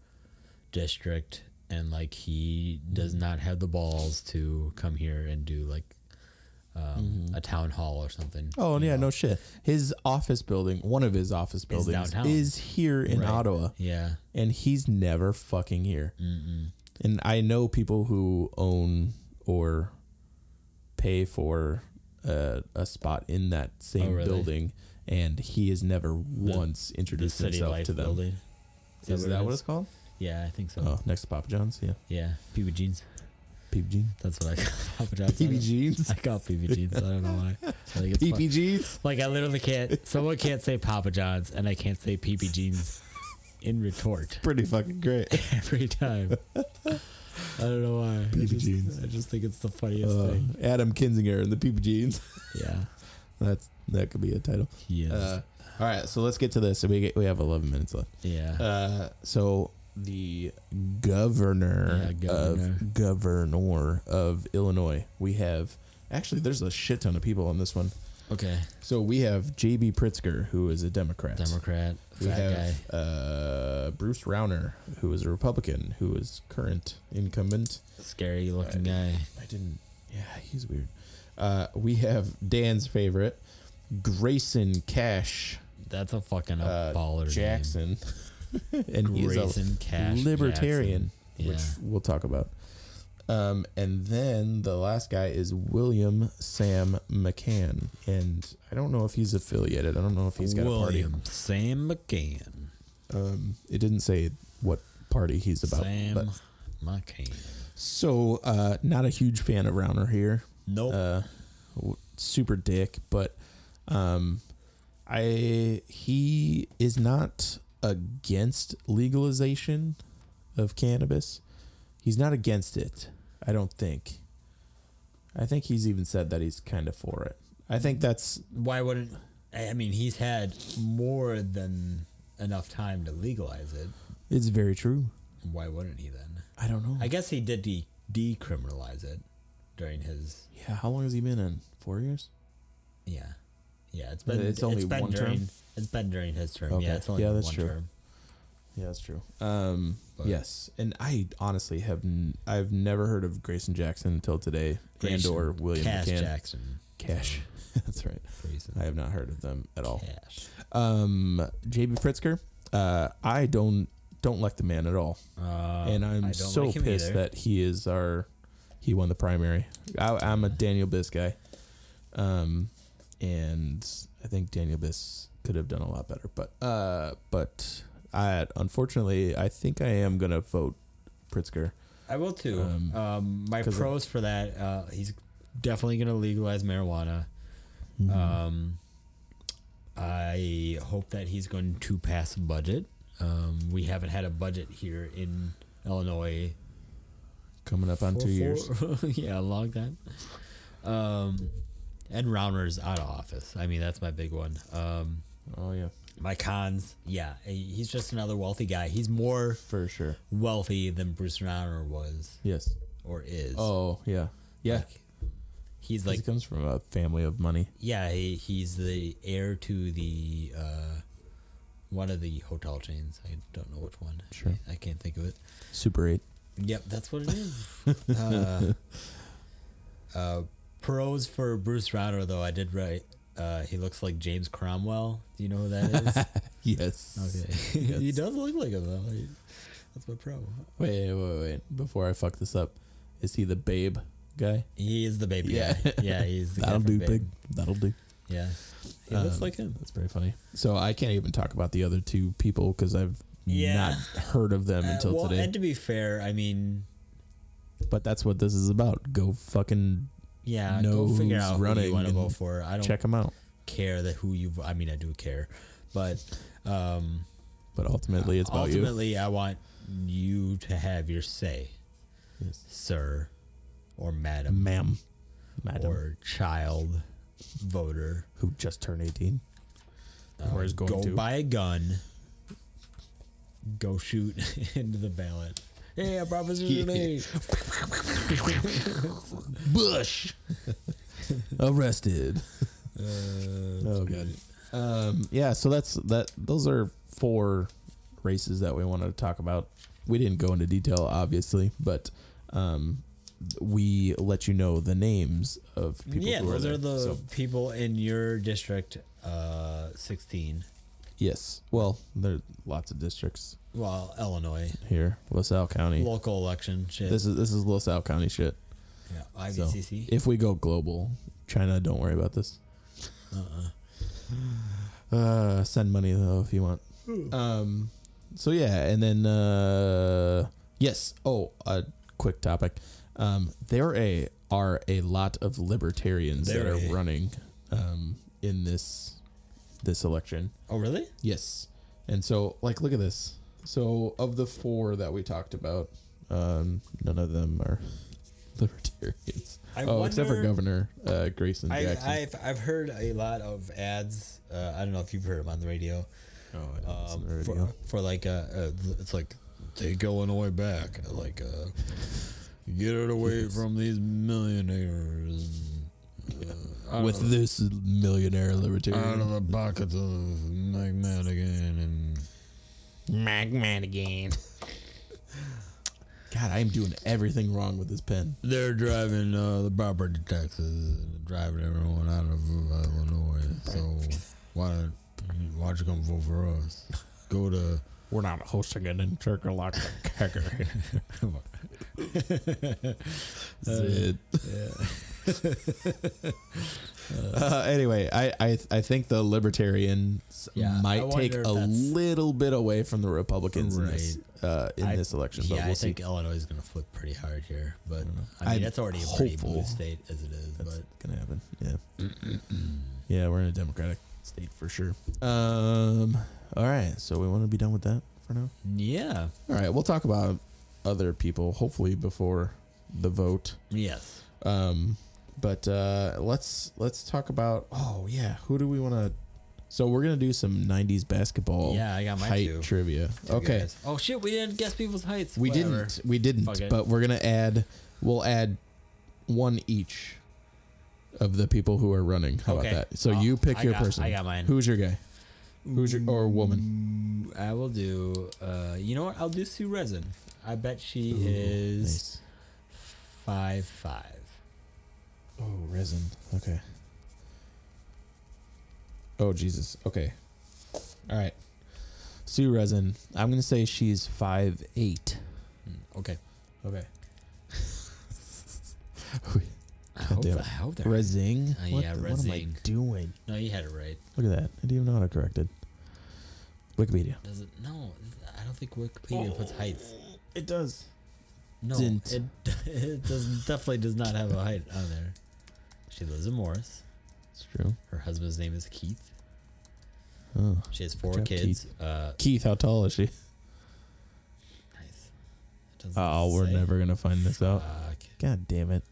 [SPEAKER 3] district and like he does not have the balls to come here and do like um, a town hall or something.
[SPEAKER 2] Mm-hmm. Oh yeah, no shit. His office building, one of his office buildings,
[SPEAKER 3] downtown.
[SPEAKER 2] is here in
[SPEAKER 3] Right.
[SPEAKER 2] Ottawa,
[SPEAKER 3] Yeah.
[SPEAKER 2] and he's never fucking here. And I know people who own or pay for a, a spot in that same
[SPEAKER 3] Oh, really?
[SPEAKER 2] building, and he has never once
[SPEAKER 3] The
[SPEAKER 2] introduced
[SPEAKER 3] city
[SPEAKER 2] himself
[SPEAKER 3] life
[SPEAKER 2] to them.
[SPEAKER 3] building.
[SPEAKER 2] Is that
[SPEAKER 3] it
[SPEAKER 2] what
[SPEAKER 3] is?
[SPEAKER 2] it's called?
[SPEAKER 3] Yeah, I think so.
[SPEAKER 2] Oh, next to Papa John's, yeah,
[SPEAKER 3] Yeah. PB jeans. [laughs]
[SPEAKER 2] PBG,
[SPEAKER 3] That's what I call Papa John's.
[SPEAKER 2] PB
[SPEAKER 3] [laughs]
[SPEAKER 2] jeans,
[SPEAKER 3] I call PB jeans. I don't know why. I think it's fun.
[SPEAKER 2] PB jeans.
[SPEAKER 3] Like I literally can't. Someone can't say Papa John's, and I can't say PB jeans in retort
[SPEAKER 2] Pretty fucking great.
[SPEAKER 3] every time. I don't know why. I just,
[SPEAKER 2] jeans.
[SPEAKER 3] I just think it's the funniest
[SPEAKER 2] Uh,
[SPEAKER 3] thing.
[SPEAKER 2] Adam Kinzinger and the PB jeans. [laughs]
[SPEAKER 3] Yeah.
[SPEAKER 2] That's that could be a title.
[SPEAKER 3] Yes.
[SPEAKER 2] Uh, all right, so let's get to this. We get, we have 11 minutes left.
[SPEAKER 3] yeah.
[SPEAKER 2] Uh, so the governor,
[SPEAKER 3] Yeah, governor.
[SPEAKER 2] of governor of Illinois, we have actually there's a shit ton of people on this one.
[SPEAKER 3] okay.
[SPEAKER 2] So we have J.B. Pritzker, who is a Democrat.
[SPEAKER 3] Democrat.
[SPEAKER 2] we
[SPEAKER 3] fat guy.
[SPEAKER 2] have uh, Bruce Rauner, who is a Republican, who is current incumbent.
[SPEAKER 3] Scary looking guy.
[SPEAKER 2] I didn't. Yeah, he's weird. Uh, we have Dan's favorite, Grayson Cash.
[SPEAKER 3] That's a fucking
[SPEAKER 2] uh,
[SPEAKER 3] baller. [laughs]
[SPEAKER 2] Jackson, and
[SPEAKER 3] Name.
[SPEAKER 2] he's a
[SPEAKER 3] Grayson Cash.
[SPEAKER 2] libertarian,
[SPEAKER 3] Jackson.
[SPEAKER 2] which
[SPEAKER 3] Yeah.
[SPEAKER 2] we'll talk about. Um, and then the last guy is William Sam McCann, and I don't know if he's affiliated. I don't know if he's got
[SPEAKER 3] William Sam McCann.
[SPEAKER 2] a party. Um, it didn't say what party he's about.
[SPEAKER 3] Sam
[SPEAKER 2] but-
[SPEAKER 3] McCann.
[SPEAKER 2] So, uh, not a huge fan of Rauner here.
[SPEAKER 3] Nope.
[SPEAKER 2] Uh, w- super dick, but um, I he is not against legalization of cannabis. He's not against it. I don't think. I think he's even said that he's kind of for it. I think that's
[SPEAKER 3] Why wouldn't? I I mean, he's had more than enough time to legalize it.
[SPEAKER 2] it's very true.
[SPEAKER 3] Why wouldn't he then?
[SPEAKER 2] I don't know.
[SPEAKER 3] I guess he did de- decriminalize it during his
[SPEAKER 2] yeah, how long has he been in? Four years.
[SPEAKER 3] yeah yeah. It's been
[SPEAKER 2] It's
[SPEAKER 3] it's
[SPEAKER 2] only
[SPEAKER 3] been
[SPEAKER 2] one term?
[SPEAKER 3] during, It's been during his term.
[SPEAKER 2] Okay.
[SPEAKER 3] Yeah, it's only
[SPEAKER 2] Yeah,
[SPEAKER 3] been
[SPEAKER 2] that's
[SPEAKER 3] one
[SPEAKER 2] true.
[SPEAKER 3] term.
[SPEAKER 2] Yeah, that's true. Um,
[SPEAKER 3] But-
[SPEAKER 2] yes, and I honestly have n- I've never heard of Grayson Jackson until today,
[SPEAKER 3] Grayson
[SPEAKER 2] and or William
[SPEAKER 3] Cash
[SPEAKER 2] McCann.
[SPEAKER 3] Jackson.
[SPEAKER 2] Cash, [laughs] that's right.
[SPEAKER 3] Grayson
[SPEAKER 2] I have not heard of them at all.
[SPEAKER 3] Cash.
[SPEAKER 2] Um, JB Pritzker, uh, I don't don't like the man at all,
[SPEAKER 3] Uh,
[SPEAKER 2] and I'm
[SPEAKER 3] I don't
[SPEAKER 2] so
[SPEAKER 3] like him
[SPEAKER 2] pissed
[SPEAKER 3] either.
[SPEAKER 2] that he is our he won the primary. I, I'm a Daniel Biss guy, um, and I think Daniel Biss could have done a lot better, but uh, but I unfortunately I think I am gonna vote Pritzker.
[SPEAKER 3] I will too.
[SPEAKER 2] Um,
[SPEAKER 3] Um, my
[SPEAKER 2] 'cause of-
[SPEAKER 3] pros for that, uh, he's definitely going to legalize marijuana.
[SPEAKER 2] Mm-hmm.
[SPEAKER 3] Um, I hope that he's going to pass a budget. Um, we haven't had a budget here in Illinois
[SPEAKER 2] Coming up on
[SPEAKER 3] for-
[SPEAKER 2] two years,
[SPEAKER 3] for- [laughs] yeah, a long time. Um, and Rounder's out of office. I mean, that's my big one. Um,
[SPEAKER 2] oh yeah,
[SPEAKER 3] my cons, yeah, he- he's just another wealthy guy. He's more
[SPEAKER 2] for sure.
[SPEAKER 3] wealthy than Bruce Rauner was
[SPEAKER 2] Yes.
[SPEAKER 3] or is.
[SPEAKER 2] Oh yeah, yeah.
[SPEAKER 3] Like, he's
[SPEAKER 2] 'Cause
[SPEAKER 3] like,
[SPEAKER 2] he comes from a family of money.
[SPEAKER 3] yeah, he, he's the heir to the uh, one of the hotel chains. I don't know which one.
[SPEAKER 2] Sure.
[SPEAKER 3] I can't think of it.
[SPEAKER 2] Super eight.
[SPEAKER 3] Yep, that's what it is. [laughs] uh, uh, pros for Bruce Rauner, though, I did write. Uh, he looks like James Cromwell. Do you know who [laughs] that
[SPEAKER 2] Yes.
[SPEAKER 3] is? okay. [laughs] he does look like him, though. He- that's my pro.
[SPEAKER 2] [laughs] Wait, wait, wait, wait. Before I fuck this up, is he the babe guy?
[SPEAKER 3] He is the baby
[SPEAKER 2] Yeah.
[SPEAKER 3] guy. Yeah, he's [laughs] the guy from Babe.
[SPEAKER 2] That'll do.
[SPEAKER 3] Yeah. He
[SPEAKER 2] Um,
[SPEAKER 3] looks like him.
[SPEAKER 2] That's very funny. So I can't even talk about the other two people because I've
[SPEAKER 3] Yeah.
[SPEAKER 2] not heard of
[SPEAKER 3] [laughs]
[SPEAKER 2] them
[SPEAKER 3] Uh,
[SPEAKER 2] until
[SPEAKER 3] well,
[SPEAKER 2] today.
[SPEAKER 3] and to be fair, I mean,
[SPEAKER 2] but that's what this is about. Go fucking
[SPEAKER 3] yeah,
[SPEAKER 2] Know
[SPEAKER 3] go figure
[SPEAKER 2] who's
[SPEAKER 3] out who
[SPEAKER 2] running
[SPEAKER 3] you want to
[SPEAKER 2] and
[SPEAKER 3] vote for. I don't
[SPEAKER 2] check them out.
[SPEAKER 3] care that who you. I mean, I do care, but um,
[SPEAKER 2] But ultimately, it's about
[SPEAKER 3] ultimately, I want you to have your say,
[SPEAKER 2] you, yes.
[SPEAKER 3] sir, or madam,
[SPEAKER 2] ma'am, madam,
[SPEAKER 3] or child voter. Um,
[SPEAKER 2] who just turned eighteen. Or is going
[SPEAKER 3] go
[SPEAKER 2] to.
[SPEAKER 3] buy a gun. Go shoot [laughs] into the ballot. Yeah,
[SPEAKER 2] [laughs]
[SPEAKER 3] Proposition
[SPEAKER 2] Yeah.
[SPEAKER 3] Eight.
[SPEAKER 2] Bush [laughs] arrested.
[SPEAKER 3] Uh,
[SPEAKER 2] Oh god. Um, yeah, so that's that. Those are four races that we wanted to talk about. We didn't go into detail, obviously, but um, we let you know the names of people.
[SPEAKER 3] yeah,
[SPEAKER 2] who
[SPEAKER 3] those
[SPEAKER 2] are,
[SPEAKER 3] are
[SPEAKER 2] there.
[SPEAKER 3] the
[SPEAKER 2] So,
[SPEAKER 3] people in your district, uh, 16.
[SPEAKER 2] yes. Well, there are lots of districts
[SPEAKER 3] Well, Illinois
[SPEAKER 2] here. LaSalle County.
[SPEAKER 3] local election shit.
[SPEAKER 2] This is this is LaSalle County shit.
[SPEAKER 3] yeah,
[SPEAKER 2] So
[SPEAKER 3] IVCC.
[SPEAKER 2] if we go global, China, don't worry about this.
[SPEAKER 3] uh-uh.
[SPEAKER 2] Uh, send money though if you want. Um, so yeah, and then uh, yes. Oh, a quick topic. Um, there a, are a lot of libertarians
[SPEAKER 3] There
[SPEAKER 2] that are
[SPEAKER 3] a-
[SPEAKER 2] running um, in this this election.
[SPEAKER 3] Oh, really?
[SPEAKER 2] Yes, and so like look at this. So of the four that we talked about, um, none of them are [laughs] libertarians.
[SPEAKER 3] I
[SPEAKER 2] oh, except for
[SPEAKER 3] wonder-
[SPEAKER 2] Governor uh, Grayson
[SPEAKER 3] I,
[SPEAKER 2] Jackson.
[SPEAKER 3] I've I've heard a lot of ads. Uh, I don't know if you've heard them on the radio.
[SPEAKER 2] oh, I don't listen
[SPEAKER 3] Um,
[SPEAKER 2] to the radio.
[SPEAKER 3] for, for like uh uh it's like take Illinois back, like uh, get it away from these millionaires. and, uh, out
[SPEAKER 2] with
[SPEAKER 3] of-
[SPEAKER 2] this millionaire libertarian.
[SPEAKER 3] out of the pockets of McMahon again and.
[SPEAKER 2] Magman again. God, I am doing everything wrong with this pen.
[SPEAKER 3] They're driving uh, the property taxes, driving everyone out of uh, Illinois. So why don't why don't you come vote for us? Go to
[SPEAKER 2] We're not hosting an intergalactic [laughs] kegger.
[SPEAKER 3] Uh,
[SPEAKER 2] it.
[SPEAKER 3] yeah.
[SPEAKER 2] [laughs] Uh, anyway, I, I I think the libertarians
[SPEAKER 3] Yeah, I
[SPEAKER 2] might
[SPEAKER 3] wonder
[SPEAKER 2] take
[SPEAKER 3] if
[SPEAKER 2] a
[SPEAKER 3] that's-
[SPEAKER 2] little bit away from the Republicans in this uh, in
[SPEAKER 3] I-
[SPEAKER 2] this election, but
[SPEAKER 3] yeah,
[SPEAKER 2] we'll
[SPEAKER 3] I
[SPEAKER 2] see.
[SPEAKER 3] think Illinois is going to flip pretty hard here, but I mean
[SPEAKER 2] Mm-hmm. I'm
[SPEAKER 3] that's already a pretty blue
[SPEAKER 2] hopeful.
[SPEAKER 3] state as it is.
[SPEAKER 2] That's
[SPEAKER 3] But
[SPEAKER 2] gonna happen. Yeah, yeah, we're in a Democratic state for sure. Um, all right, so we want to be done with that for now.
[SPEAKER 3] yeah,
[SPEAKER 2] All right, we'll talk about other people hopefully before the vote.
[SPEAKER 3] yes,
[SPEAKER 2] Um, but uh, let's let's talk about oh yeah, who do we want to? So we're gonna do some '90s basketball.
[SPEAKER 3] yeah, I got my
[SPEAKER 2] height
[SPEAKER 3] two.
[SPEAKER 2] trivia.
[SPEAKER 3] two
[SPEAKER 2] Okay,
[SPEAKER 3] guys. Oh shit, we didn't guess people's heights.
[SPEAKER 2] we
[SPEAKER 3] Whatever.
[SPEAKER 2] didn't we didn't,
[SPEAKER 3] Fuck it.
[SPEAKER 2] but we're gonna add. We'll add one each of the people who are running. How
[SPEAKER 3] Okay.
[SPEAKER 2] about that? So
[SPEAKER 3] Oh,
[SPEAKER 2] you pick
[SPEAKER 3] I
[SPEAKER 2] your
[SPEAKER 3] got-
[SPEAKER 2] person.
[SPEAKER 3] I got mine.
[SPEAKER 2] Who's your guy? Who's your or woman?
[SPEAKER 3] Mm, I will do. Uh, you know what? I'll do Sue Resin. I bet she
[SPEAKER 2] Ooh,
[SPEAKER 3] is
[SPEAKER 2] nice.
[SPEAKER 3] five five.
[SPEAKER 2] Oh, resin. Okay. Oh Jesus. Okay. All right. Sue Resin. I'm gonna say she's five eight.
[SPEAKER 3] Okay.
[SPEAKER 2] Okay.
[SPEAKER 3] I
[SPEAKER 2] God
[SPEAKER 3] hope,
[SPEAKER 2] damn
[SPEAKER 3] I
[SPEAKER 2] it.
[SPEAKER 3] hope that.
[SPEAKER 2] Resing.
[SPEAKER 3] Uh,
[SPEAKER 2] what,
[SPEAKER 3] yeah,
[SPEAKER 2] the- what am I
[SPEAKER 3] Resing.
[SPEAKER 2] doing?
[SPEAKER 3] no, you had it right.
[SPEAKER 2] Look at that. I didn't even know how to correct it. Wikipedia.
[SPEAKER 3] Does it? No, I don't think Wikipedia puts heights.
[SPEAKER 2] It does.
[SPEAKER 3] No,
[SPEAKER 2] Didn't.
[SPEAKER 3] it [laughs] it does definitely does not have a height on there. She lives in Morris.
[SPEAKER 2] It's true.
[SPEAKER 3] Her husband's name is Keith.
[SPEAKER 2] Oh.
[SPEAKER 3] She has four
[SPEAKER 2] job,
[SPEAKER 3] kids. Uh,
[SPEAKER 2] Keith, how tall is she?
[SPEAKER 3] nice. It doesn't
[SPEAKER 2] Oh, we're
[SPEAKER 3] say.
[SPEAKER 2] never gonna find this out.
[SPEAKER 3] Fuck.
[SPEAKER 2] God damn it.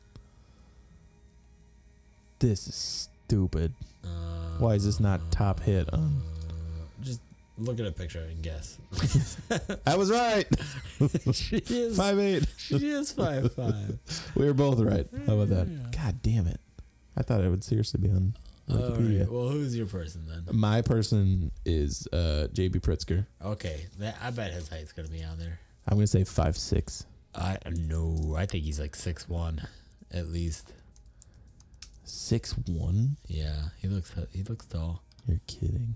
[SPEAKER 2] This is stupid.
[SPEAKER 3] Uh,
[SPEAKER 2] Why is this not top hit on-
[SPEAKER 3] Just look at a picture and
[SPEAKER 2] [laughs]
[SPEAKER 3] guess.
[SPEAKER 2] I was [laughs] right.
[SPEAKER 3] she is
[SPEAKER 2] Five eight.
[SPEAKER 3] She is five five.
[SPEAKER 2] [laughs] We were both right. How about that? God damn it. I thought it would seriously be on [laughs]
[SPEAKER 3] All
[SPEAKER 2] Wikipedia.
[SPEAKER 3] right. Well, who's your person then?
[SPEAKER 2] My person is uh, JB Pritzker.
[SPEAKER 3] Okay, that, I bet his height's gonna be on there.
[SPEAKER 2] I'm gonna say five six.
[SPEAKER 3] I no, I think he's like six one, at least.
[SPEAKER 2] Six one?
[SPEAKER 3] Yeah, he looks he looks tall.
[SPEAKER 2] You're kidding.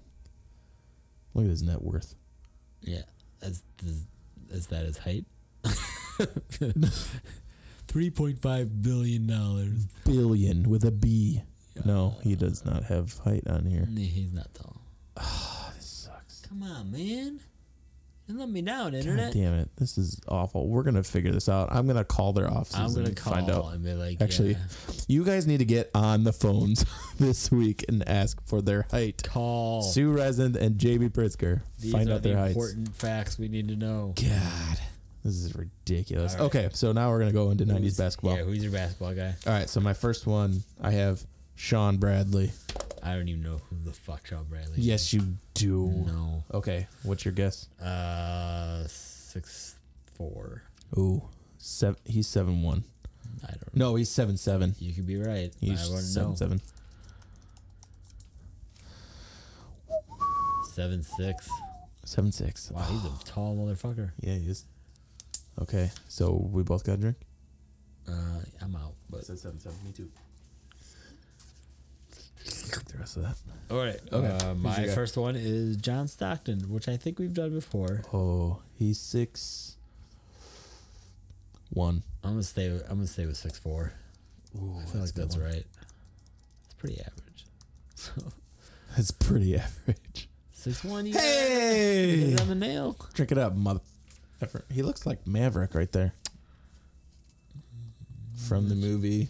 [SPEAKER 2] Look at his net worth.
[SPEAKER 3] Yeah, is is, is that his height? [laughs] Three point five billion dollars.
[SPEAKER 2] Billion with a B. No, he does not have height on here.
[SPEAKER 3] Nah, He's not tall.
[SPEAKER 2] This sucks.
[SPEAKER 3] Come on, man. Don't let me down,
[SPEAKER 2] God
[SPEAKER 3] internet.
[SPEAKER 2] damn it. This is awful. We're gonna figure this out. I'm gonna call their offices.
[SPEAKER 3] I'm gonna
[SPEAKER 2] and
[SPEAKER 3] call
[SPEAKER 2] find out.
[SPEAKER 3] and be like,
[SPEAKER 2] Actually,
[SPEAKER 3] yeah,
[SPEAKER 2] you guys need to get on the phones [laughs] this week and ask for their height.
[SPEAKER 3] call.
[SPEAKER 2] Sue Resin and JB Pritzker.
[SPEAKER 3] Oh. These
[SPEAKER 2] find
[SPEAKER 3] are
[SPEAKER 2] out
[SPEAKER 3] the
[SPEAKER 2] their heights.
[SPEAKER 3] important facts we need to know.
[SPEAKER 2] God, this is ridiculous.
[SPEAKER 3] All right.
[SPEAKER 2] Okay, so now we're gonna go into '90s basketball.
[SPEAKER 3] Yeah, who's your basketball guy?
[SPEAKER 2] All right, so my first one, I have Sean Bradley.
[SPEAKER 3] I don't even know who the fuck Sean Bradley. is.
[SPEAKER 2] Yes, you do.
[SPEAKER 3] No.
[SPEAKER 2] Okay, what's your guess?
[SPEAKER 3] Uh, six four.
[SPEAKER 2] Ooh, seven. He's seven one.
[SPEAKER 3] I don't. know.
[SPEAKER 2] No, he's seven seven.
[SPEAKER 3] You could be right.
[SPEAKER 2] He's
[SPEAKER 3] I wouldn't
[SPEAKER 2] seven
[SPEAKER 3] know.
[SPEAKER 2] seven.
[SPEAKER 3] Seven six.
[SPEAKER 2] Seven six.
[SPEAKER 3] Wow, he's a tall motherfucker.
[SPEAKER 2] Yeah, he is. Okay, so we both got a drink.
[SPEAKER 3] Uh, I'm out. But
[SPEAKER 2] said seven seven. Me too. The rest of that.
[SPEAKER 3] all right.
[SPEAKER 2] Okay,
[SPEAKER 3] Uh,
[SPEAKER 2] who's
[SPEAKER 3] my
[SPEAKER 2] your guy?
[SPEAKER 3] first one is John Stockton, which I think we've done before.
[SPEAKER 2] Oh, he's six one.
[SPEAKER 3] I'm gonna stay. I'm gonna stay with six four.
[SPEAKER 2] Ooh,
[SPEAKER 3] I feel like that's right. It's pretty average. So
[SPEAKER 2] That's pretty [laughs] average.
[SPEAKER 3] six one. Yeah. Hit
[SPEAKER 2] Hey,
[SPEAKER 3] it on the nail.
[SPEAKER 2] [laughs] drink it up, mother. He looks like Maverick right there from the movie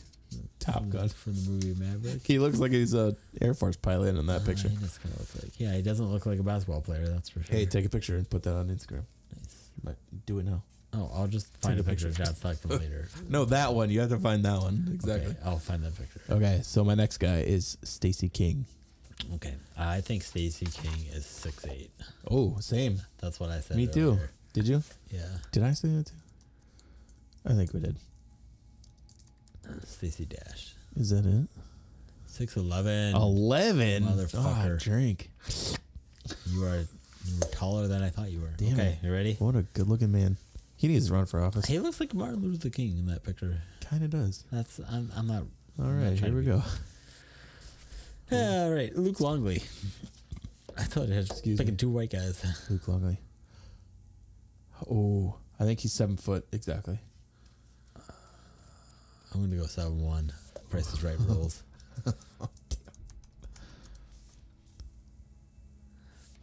[SPEAKER 2] Top Gun.
[SPEAKER 3] from the movie Maverick.
[SPEAKER 2] He looks like he's a Air Force pilot in that picture.
[SPEAKER 3] He does kind of look like. Yeah, he doesn't look like a basketball player. That's for sure.
[SPEAKER 2] Hey, take a picture and put that on Instagram.
[SPEAKER 3] nice.
[SPEAKER 2] Might do it now.
[SPEAKER 3] Oh, I'll just find
[SPEAKER 2] a
[SPEAKER 3] a picture of John Stockton
[SPEAKER 2] [laughs]
[SPEAKER 3] later.
[SPEAKER 2] No, that one. You have to find that one
[SPEAKER 3] Okay, I'll find that picture.
[SPEAKER 2] Okay, so my next guy is Stacy King.
[SPEAKER 3] Okay. I think Stacey King is six eight.
[SPEAKER 2] Oh, same.
[SPEAKER 3] That's what I said.
[SPEAKER 2] Me too.
[SPEAKER 3] earlier.
[SPEAKER 2] Did you?
[SPEAKER 3] Yeah.
[SPEAKER 2] Did I say that too? I think we did.
[SPEAKER 3] Stacey Dash.
[SPEAKER 2] Is that it?
[SPEAKER 3] Six eleven.
[SPEAKER 2] Oh. Eleven.
[SPEAKER 3] Motherfucker.
[SPEAKER 2] Ah, drink.
[SPEAKER 3] You are you were taller than I thought you were.
[SPEAKER 2] Damn
[SPEAKER 3] okay,
[SPEAKER 2] it.
[SPEAKER 3] you ready?
[SPEAKER 2] What a good looking man. He needs to run for office.
[SPEAKER 3] He looks like Martin Luther King in that picture.
[SPEAKER 2] Kind of does.
[SPEAKER 3] That's I'm I'm not
[SPEAKER 2] All
[SPEAKER 3] I'm not
[SPEAKER 2] right, here
[SPEAKER 3] trying to
[SPEAKER 2] we
[SPEAKER 3] be-
[SPEAKER 2] go.
[SPEAKER 3] All right, Luke Longley. [laughs] I thought it had
[SPEAKER 2] Excuse
[SPEAKER 3] picking
[SPEAKER 2] me.
[SPEAKER 3] two white guys.
[SPEAKER 2] Luke Longley. Oh, I think he's seven foot exactly. [laughs]
[SPEAKER 3] I'm gonna go seven one. Price is right rules.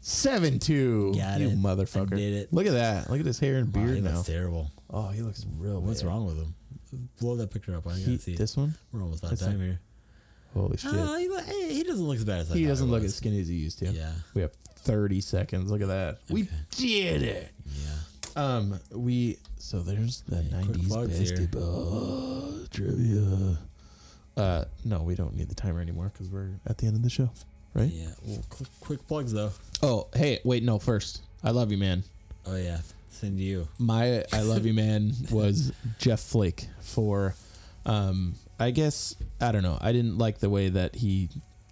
[SPEAKER 2] Seven two.
[SPEAKER 3] Got
[SPEAKER 2] you
[SPEAKER 3] it.
[SPEAKER 2] motherfucker.
[SPEAKER 3] I did it.
[SPEAKER 2] Look at that. Look at his hair and
[SPEAKER 3] Wow, he
[SPEAKER 2] beard now.
[SPEAKER 3] looks terrible.
[SPEAKER 2] Oh, he looks real.
[SPEAKER 3] What's
[SPEAKER 2] bad.
[SPEAKER 3] wrong with him? Blow that picture up. I gotta
[SPEAKER 2] He-
[SPEAKER 3] see.
[SPEAKER 2] this one?
[SPEAKER 3] We're almost out of
[SPEAKER 2] It's
[SPEAKER 3] time here.
[SPEAKER 2] Holy shit.
[SPEAKER 3] Ah, he, lo- eh, he doesn't look as bad as I
[SPEAKER 2] he
[SPEAKER 3] thought
[SPEAKER 2] doesn't look
[SPEAKER 3] was.
[SPEAKER 2] as skinny as he used to.
[SPEAKER 3] Yeah.
[SPEAKER 2] We have 30 seconds. Look at that. We
[SPEAKER 3] Okay.
[SPEAKER 2] did it.
[SPEAKER 3] Yeah.
[SPEAKER 2] Um, we so there's the
[SPEAKER 3] Hey, quick
[SPEAKER 2] 90s
[SPEAKER 3] plugs here.
[SPEAKER 2] basketball trivia. Uh, no, we don't need the timer anymore because we're at the end of the show, right?
[SPEAKER 3] Yeah. Well, quick, quick plugs though.
[SPEAKER 2] Oh, hey, wait, no, first, I love you, man.
[SPEAKER 3] Oh yeah. Send you.
[SPEAKER 2] my I love you man was Jeff Flake for um I guess I don't know. I didn't like the way that he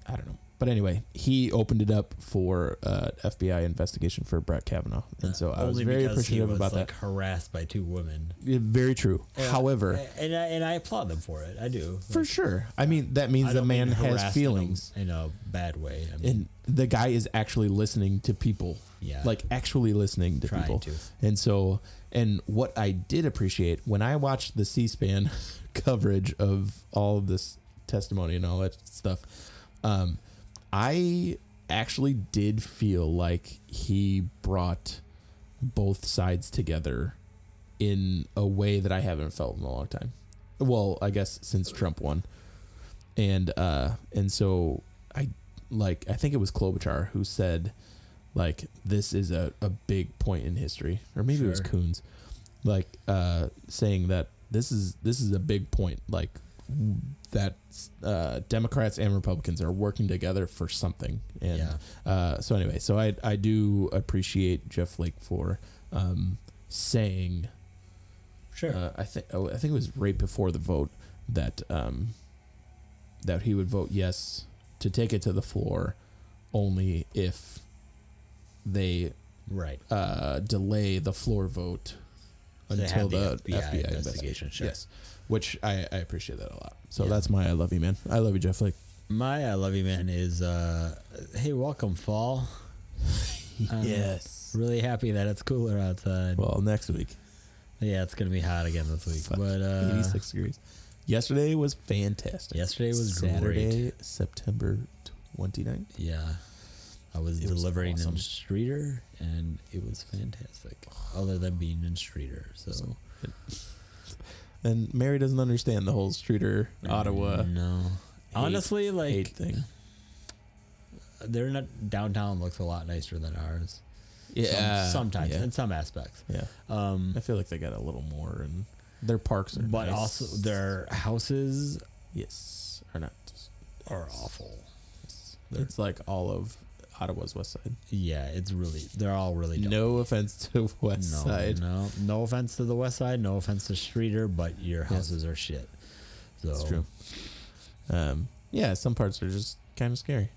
[SPEAKER 2] I don't know. But anyway, he opened it up for uh FBI investigation for Brett Kavanaugh. And so I was
[SPEAKER 3] Only
[SPEAKER 2] very
[SPEAKER 3] because he
[SPEAKER 2] appreciative
[SPEAKER 3] was,
[SPEAKER 2] about
[SPEAKER 3] like,
[SPEAKER 2] that.
[SPEAKER 3] Harassed by two women.
[SPEAKER 2] Yeah, Very true.
[SPEAKER 3] And-
[SPEAKER 2] However,
[SPEAKER 3] and I, and I applaud them for it. I do.
[SPEAKER 2] for sure. I mean, that means
[SPEAKER 3] I
[SPEAKER 2] the
[SPEAKER 3] don't mean
[SPEAKER 2] man
[SPEAKER 3] harassed in
[SPEAKER 2] has
[SPEAKER 3] a-
[SPEAKER 2] feelings
[SPEAKER 3] in a bad way. I mean,
[SPEAKER 2] and the guy is actually listening to people.
[SPEAKER 3] Yeah.
[SPEAKER 2] Like actually listening to
[SPEAKER 3] Trying
[SPEAKER 2] people.
[SPEAKER 3] to.
[SPEAKER 2] And so and what I did appreciate when I watched the C-SPAN [laughs] coverage of all of this testimony and all that stuff, um, I actually did feel like he brought both sides together in a way that I haven't felt in a long time. Well, I guess since Trump won and uh and so i like i think it was klobuchar who said like this is a, a big point in history or maybe it was
[SPEAKER 3] Sure.
[SPEAKER 2] coons like uh saying that this is this is a big point like that uh democrats and republicans are working together for something and
[SPEAKER 3] Yeah.
[SPEAKER 2] uh so anyway so i i do appreciate jeff flake for um saying
[SPEAKER 3] sure.
[SPEAKER 2] uh, I think oh, I think it was right before the vote that um, that he would vote yes to take it to the floor only if they
[SPEAKER 3] right.
[SPEAKER 2] uh, delay the floor vote
[SPEAKER 3] So they
[SPEAKER 2] until
[SPEAKER 3] have
[SPEAKER 2] the,
[SPEAKER 3] the
[SPEAKER 2] FBI,
[SPEAKER 3] FBI
[SPEAKER 2] investigation.
[SPEAKER 3] investigation, sure.
[SPEAKER 2] Yes, which I, I appreciate that a lot. So
[SPEAKER 3] Yeah.
[SPEAKER 2] that's my I love you, man. I love you, Jeff Flake.
[SPEAKER 3] My I love you, man. Is uh, hey, welcome fall.
[SPEAKER 2] [laughs]
[SPEAKER 3] Um, Really happy that it's cooler outside.
[SPEAKER 2] Well, next week,
[SPEAKER 3] yeah, it's gonna be hot again this week.
[SPEAKER 2] Fuck,
[SPEAKER 3] But uh,
[SPEAKER 2] eighty-six degrees. Yesterday was fantastic.
[SPEAKER 3] Yesterday was
[SPEAKER 2] Saturday,
[SPEAKER 3] great.
[SPEAKER 2] September 29th.
[SPEAKER 3] Yeah. I was
[SPEAKER 2] It was
[SPEAKER 3] delivering
[SPEAKER 2] awesome.
[SPEAKER 3] in Streeter and it was fantastic. Other than being in Streeter. So
[SPEAKER 2] [laughs] And Mary doesn't understand the whole Streeter Ottawa
[SPEAKER 3] No. Mm-hmm. Honestly, like
[SPEAKER 2] hate thing.
[SPEAKER 3] they're not downtown looks a lot nicer than ours. Some- sometimes
[SPEAKER 2] Yeah.
[SPEAKER 3] in some aspects.
[SPEAKER 2] yeah.
[SPEAKER 3] Um
[SPEAKER 2] I feel like they got a little more, and their parks are.
[SPEAKER 3] but
[SPEAKER 2] nice.
[SPEAKER 3] also their houses
[SPEAKER 2] yes are not.
[SPEAKER 3] are awful. They're-
[SPEAKER 2] It's like all of Ottawa's West Side.
[SPEAKER 3] Yeah, it's really they're all really dumb.
[SPEAKER 2] No offense to [laughs] West
[SPEAKER 3] no,
[SPEAKER 2] Side.
[SPEAKER 3] No, no offense to the West Side, no offense to Streeter, but your houses are shit. So
[SPEAKER 2] It's true. Um. Yeah, some parts are just kind of scary.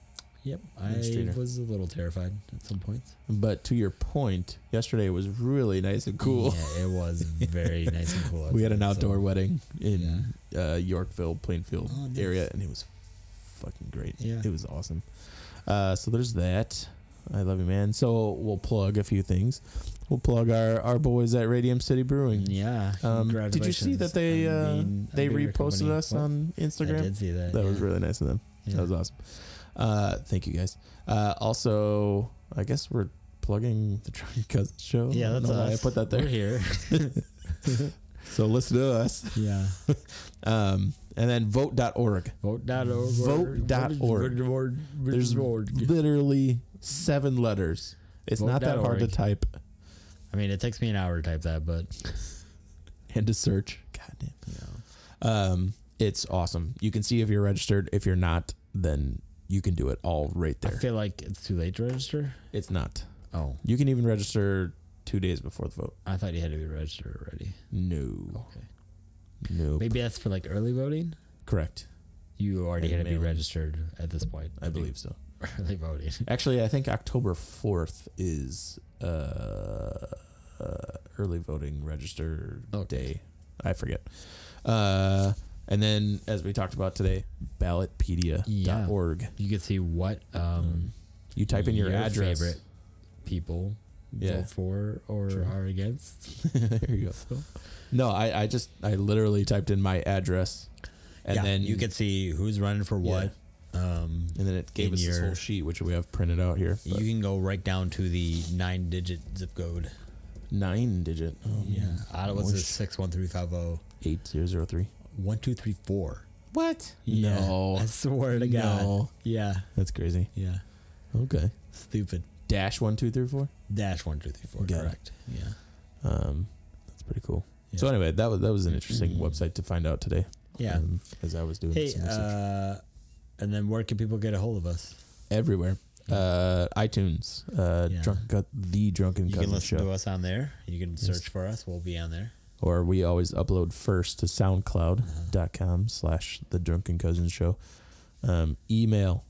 [SPEAKER 3] Yep, I
[SPEAKER 2] And Streeter.
[SPEAKER 3] was a little terrified at some points.
[SPEAKER 2] But to your point, yesterday was really nice and cool.
[SPEAKER 3] Yeah,
[SPEAKER 2] [laughs]
[SPEAKER 3] it was very nice and cool.
[SPEAKER 2] we had an
[SPEAKER 3] outside, so-
[SPEAKER 2] outdoor wedding in uh, Yorkville, Plainfield
[SPEAKER 3] Oh, nice.
[SPEAKER 2] area, and it was fucking great.
[SPEAKER 3] Yeah.
[SPEAKER 2] It was awesome. Uh, so there's that. I love you, man. So we'll plug a few things. We'll plug our, our boys at Radium City Brewing.
[SPEAKER 3] Yeah.
[SPEAKER 2] Um, did you see
[SPEAKER 3] congratulations
[SPEAKER 2] that they
[SPEAKER 3] on
[SPEAKER 2] uh,
[SPEAKER 3] being a
[SPEAKER 2] they
[SPEAKER 3] bigger
[SPEAKER 2] reposted
[SPEAKER 3] company.
[SPEAKER 2] us
[SPEAKER 3] Well,
[SPEAKER 2] on Instagram?
[SPEAKER 3] I did see that.
[SPEAKER 2] That was
[SPEAKER 3] yeah.
[SPEAKER 2] really nice of them.
[SPEAKER 3] Yeah.
[SPEAKER 2] That was awesome. Uh, thank you guys. Uh, also, I guess we're plugging the Drunken Cousins show.
[SPEAKER 3] Yeah,
[SPEAKER 2] I don't
[SPEAKER 3] that's
[SPEAKER 2] know why I
[SPEAKER 3] us.
[SPEAKER 2] put that
[SPEAKER 3] We're
[SPEAKER 2] there.
[SPEAKER 3] [laughs]
[SPEAKER 2] [laughs]
[SPEAKER 3] here.
[SPEAKER 2] So listen to us.
[SPEAKER 3] yeah.
[SPEAKER 2] Um, and then vote.org.
[SPEAKER 3] Vote.org.
[SPEAKER 2] Vote dot org. There's
[SPEAKER 3] There's
[SPEAKER 2] literally seven letters. It's
[SPEAKER 3] Vote
[SPEAKER 2] not that
[SPEAKER 3] dot
[SPEAKER 2] hard to
[SPEAKER 3] org.
[SPEAKER 2] type
[SPEAKER 3] I mean, it takes me an hour to type that, but
[SPEAKER 2] and to search. God damn.
[SPEAKER 3] you
[SPEAKER 2] Um, it's awesome. You can see if you're registered. If you're not, then you can do it all right
[SPEAKER 3] I
[SPEAKER 2] there.
[SPEAKER 3] feel like it's too late to register.
[SPEAKER 2] it's not.
[SPEAKER 3] Oh,
[SPEAKER 2] You can even register two days before the vote.
[SPEAKER 3] I thought you had to be registered already.
[SPEAKER 2] No.
[SPEAKER 3] Okay.
[SPEAKER 2] No.
[SPEAKER 3] Oh. Maybe that's for like early voting.
[SPEAKER 2] Correct.
[SPEAKER 3] You already
[SPEAKER 2] And
[SPEAKER 3] had to be
[SPEAKER 2] mail-in.
[SPEAKER 3] registered at this point.
[SPEAKER 2] I believe so.
[SPEAKER 3] [laughs] early voting.
[SPEAKER 2] Actually, I think October 4th is uh, uh, early voting register
[SPEAKER 3] Okay.
[SPEAKER 2] day. I forget. Uh, and then, as we talked about today, ballotpedia.org.
[SPEAKER 3] You could see what um,
[SPEAKER 2] You type in your, address.
[SPEAKER 3] favorite people
[SPEAKER 2] Yeah.
[SPEAKER 3] vote for or
[SPEAKER 2] True.
[SPEAKER 3] are against.
[SPEAKER 2] [laughs] there you go. No, I, I just, I literally typed in my address. And then
[SPEAKER 3] see who's running for
[SPEAKER 2] Yeah.
[SPEAKER 3] Um,
[SPEAKER 2] And then it gave
[SPEAKER 3] In
[SPEAKER 2] us this
[SPEAKER 3] your-
[SPEAKER 2] whole sheet, which we have printed out here.
[SPEAKER 3] you can go right down to the nine digit zip code. Um,
[SPEAKER 2] Nine digit. Oh, yeah.
[SPEAKER 3] Ottawa's is 61350
[SPEAKER 2] Eight zero zero three.
[SPEAKER 3] 1234.
[SPEAKER 2] What?
[SPEAKER 3] Yeah,
[SPEAKER 2] No.
[SPEAKER 3] [laughs] I swear to God.
[SPEAKER 2] No.
[SPEAKER 3] Yeah.
[SPEAKER 2] That's crazy.
[SPEAKER 3] Yeah.
[SPEAKER 2] Okay.
[SPEAKER 3] Stupid.
[SPEAKER 2] Dash one two three four.
[SPEAKER 3] Dash 1234.
[SPEAKER 2] Got it.
[SPEAKER 3] correct. Yeah.
[SPEAKER 2] Um, that's pretty cool.
[SPEAKER 3] Yeah. Mm-hmm.
[SPEAKER 2] So anyway, that was that was an interesting website to find out today.
[SPEAKER 3] Yeah.
[SPEAKER 2] Um, as I was doing
[SPEAKER 3] hey,
[SPEAKER 2] some research
[SPEAKER 3] uh, and then where can people get a hold of us?
[SPEAKER 2] everywhere. Uh, iTunes. Uh,
[SPEAKER 3] Yeah.
[SPEAKER 2] drunken Cut- the drunken
[SPEAKER 3] You can
[SPEAKER 2] cousin
[SPEAKER 3] listen
[SPEAKER 2] show,
[SPEAKER 3] to us on there. You can search for us. We'll be on there.
[SPEAKER 2] or we always upload first to
[SPEAKER 3] Uh-huh.
[SPEAKER 2] SoundCloud.com slash the drunken cousin show. Um, email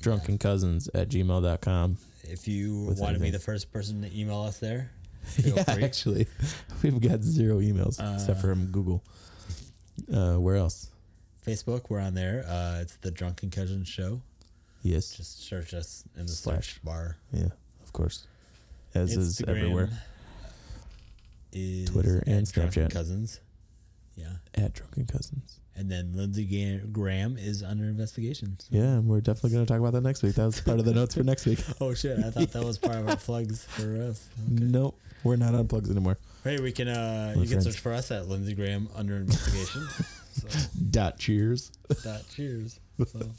[SPEAKER 2] drunken cousins at gmail.com.
[SPEAKER 3] If you
[SPEAKER 2] With
[SPEAKER 3] want to be
[SPEAKER 2] anything.
[SPEAKER 3] the first person to email us [laughs] there,
[SPEAKER 2] [laughs]
[SPEAKER 3] feel
[SPEAKER 2] yeah,
[SPEAKER 3] free.
[SPEAKER 2] actually, we've got zero emails except for from Google. Uh, where else?
[SPEAKER 3] Facebook, we're on there. Uh, it's the Drunken Cousin Show.
[SPEAKER 2] Yes,
[SPEAKER 3] Just search us in the
[SPEAKER 2] Slash.
[SPEAKER 3] search bar.
[SPEAKER 2] yeah, of course, as is
[SPEAKER 3] Instagram
[SPEAKER 2] everywhere
[SPEAKER 3] is
[SPEAKER 2] Twitter
[SPEAKER 3] at
[SPEAKER 2] and
[SPEAKER 3] Drunken
[SPEAKER 2] Snapchat.
[SPEAKER 3] Cousins. Yeah.
[SPEAKER 2] at drunken cousins.
[SPEAKER 3] And then Lindsey Ga- Graham is under investigation.
[SPEAKER 2] Yeah, and we're definitely going to talk about that next week. That was part of the notes for
[SPEAKER 3] [laughs]
[SPEAKER 2] next week.
[SPEAKER 3] Oh shit! I thought that was part of our plugs for us.
[SPEAKER 2] Nope, we're not on plugs anymore.
[SPEAKER 3] Hey, we can uh,
[SPEAKER 2] My
[SPEAKER 3] you can
[SPEAKER 2] friends.
[SPEAKER 3] search for us at Lindsey Graham under investigation. so,
[SPEAKER 2] Dot cheers.
[SPEAKER 3] that cheers. So,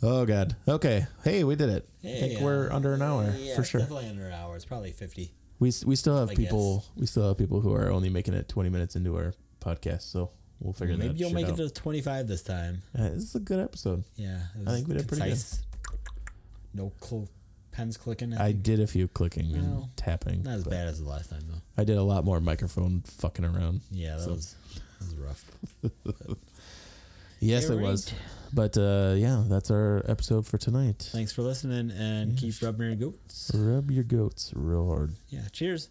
[SPEAKER 2] Oh God. Okay. Hey, we did it. I think
[SPEAKER 3] hey,
[SPEAKER 2] we're
[SPEAKER 3] uh,
[SPEAKER 2] under an hour
[SPEAKER 3] yeah,
[SPEAKER 2] for
[SPEAKER 3] it's
[SPEAKER 2] sure.
[SPEAKER 3] Definitely under an hour. It's probably fifty.
[SPEAKER 2] We s- we still have
[SPEAKER 3] I
[SPEAKER 2] people. We still have people who are only making it twenty minutes into our podcast, so we'll figure
[SPEAKER 3] Maybe
[SPEAKER 2] that
[SPEAKER 3] you'll
[SPEAKER 2] shit
[SPEAKER 3] make
[SPEAKER 2] out.
[SPEAKER 3] it to twenty-five this time.
[SPEAKER 2] Uh, this is a good episode.
[SPEAKER 3] Yeah, it
[SPEAKER 2] I think we did pretty good.
[SPEAKER 3] good. No cl- pens clicking.
[SPEAKER 2] I
[SPEAKER 3] think.
[SPEAKER 2] did a few clicking
[SPEAKER 3] Well,
[SPEAKER 2] and tapping.
[SPEAKER 3] not as
[SPEAKER 2] but
[SPEAKER 3] bad as the last time though.
[SPEAKER 2] I did a lot more microphone fucking around.
[SPEAKER 3] Yeah, that
[SPEAKER 2] So-
[SPEAKER 3] was that was rough.
[SPEAKER 2] Yes,
[SPEAKER 3] Yeah,
[SPEAKER 2] it was. But uh, yeah, that's our episode for tonight.
[SPEAKER 3] Thanks for listening and keep rubbing your goats.
[SPEAKER 2] Rub your goats real hard.
[SPEAKER 3] Yeah, cheers.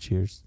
[SPEAKER 2] Cheers.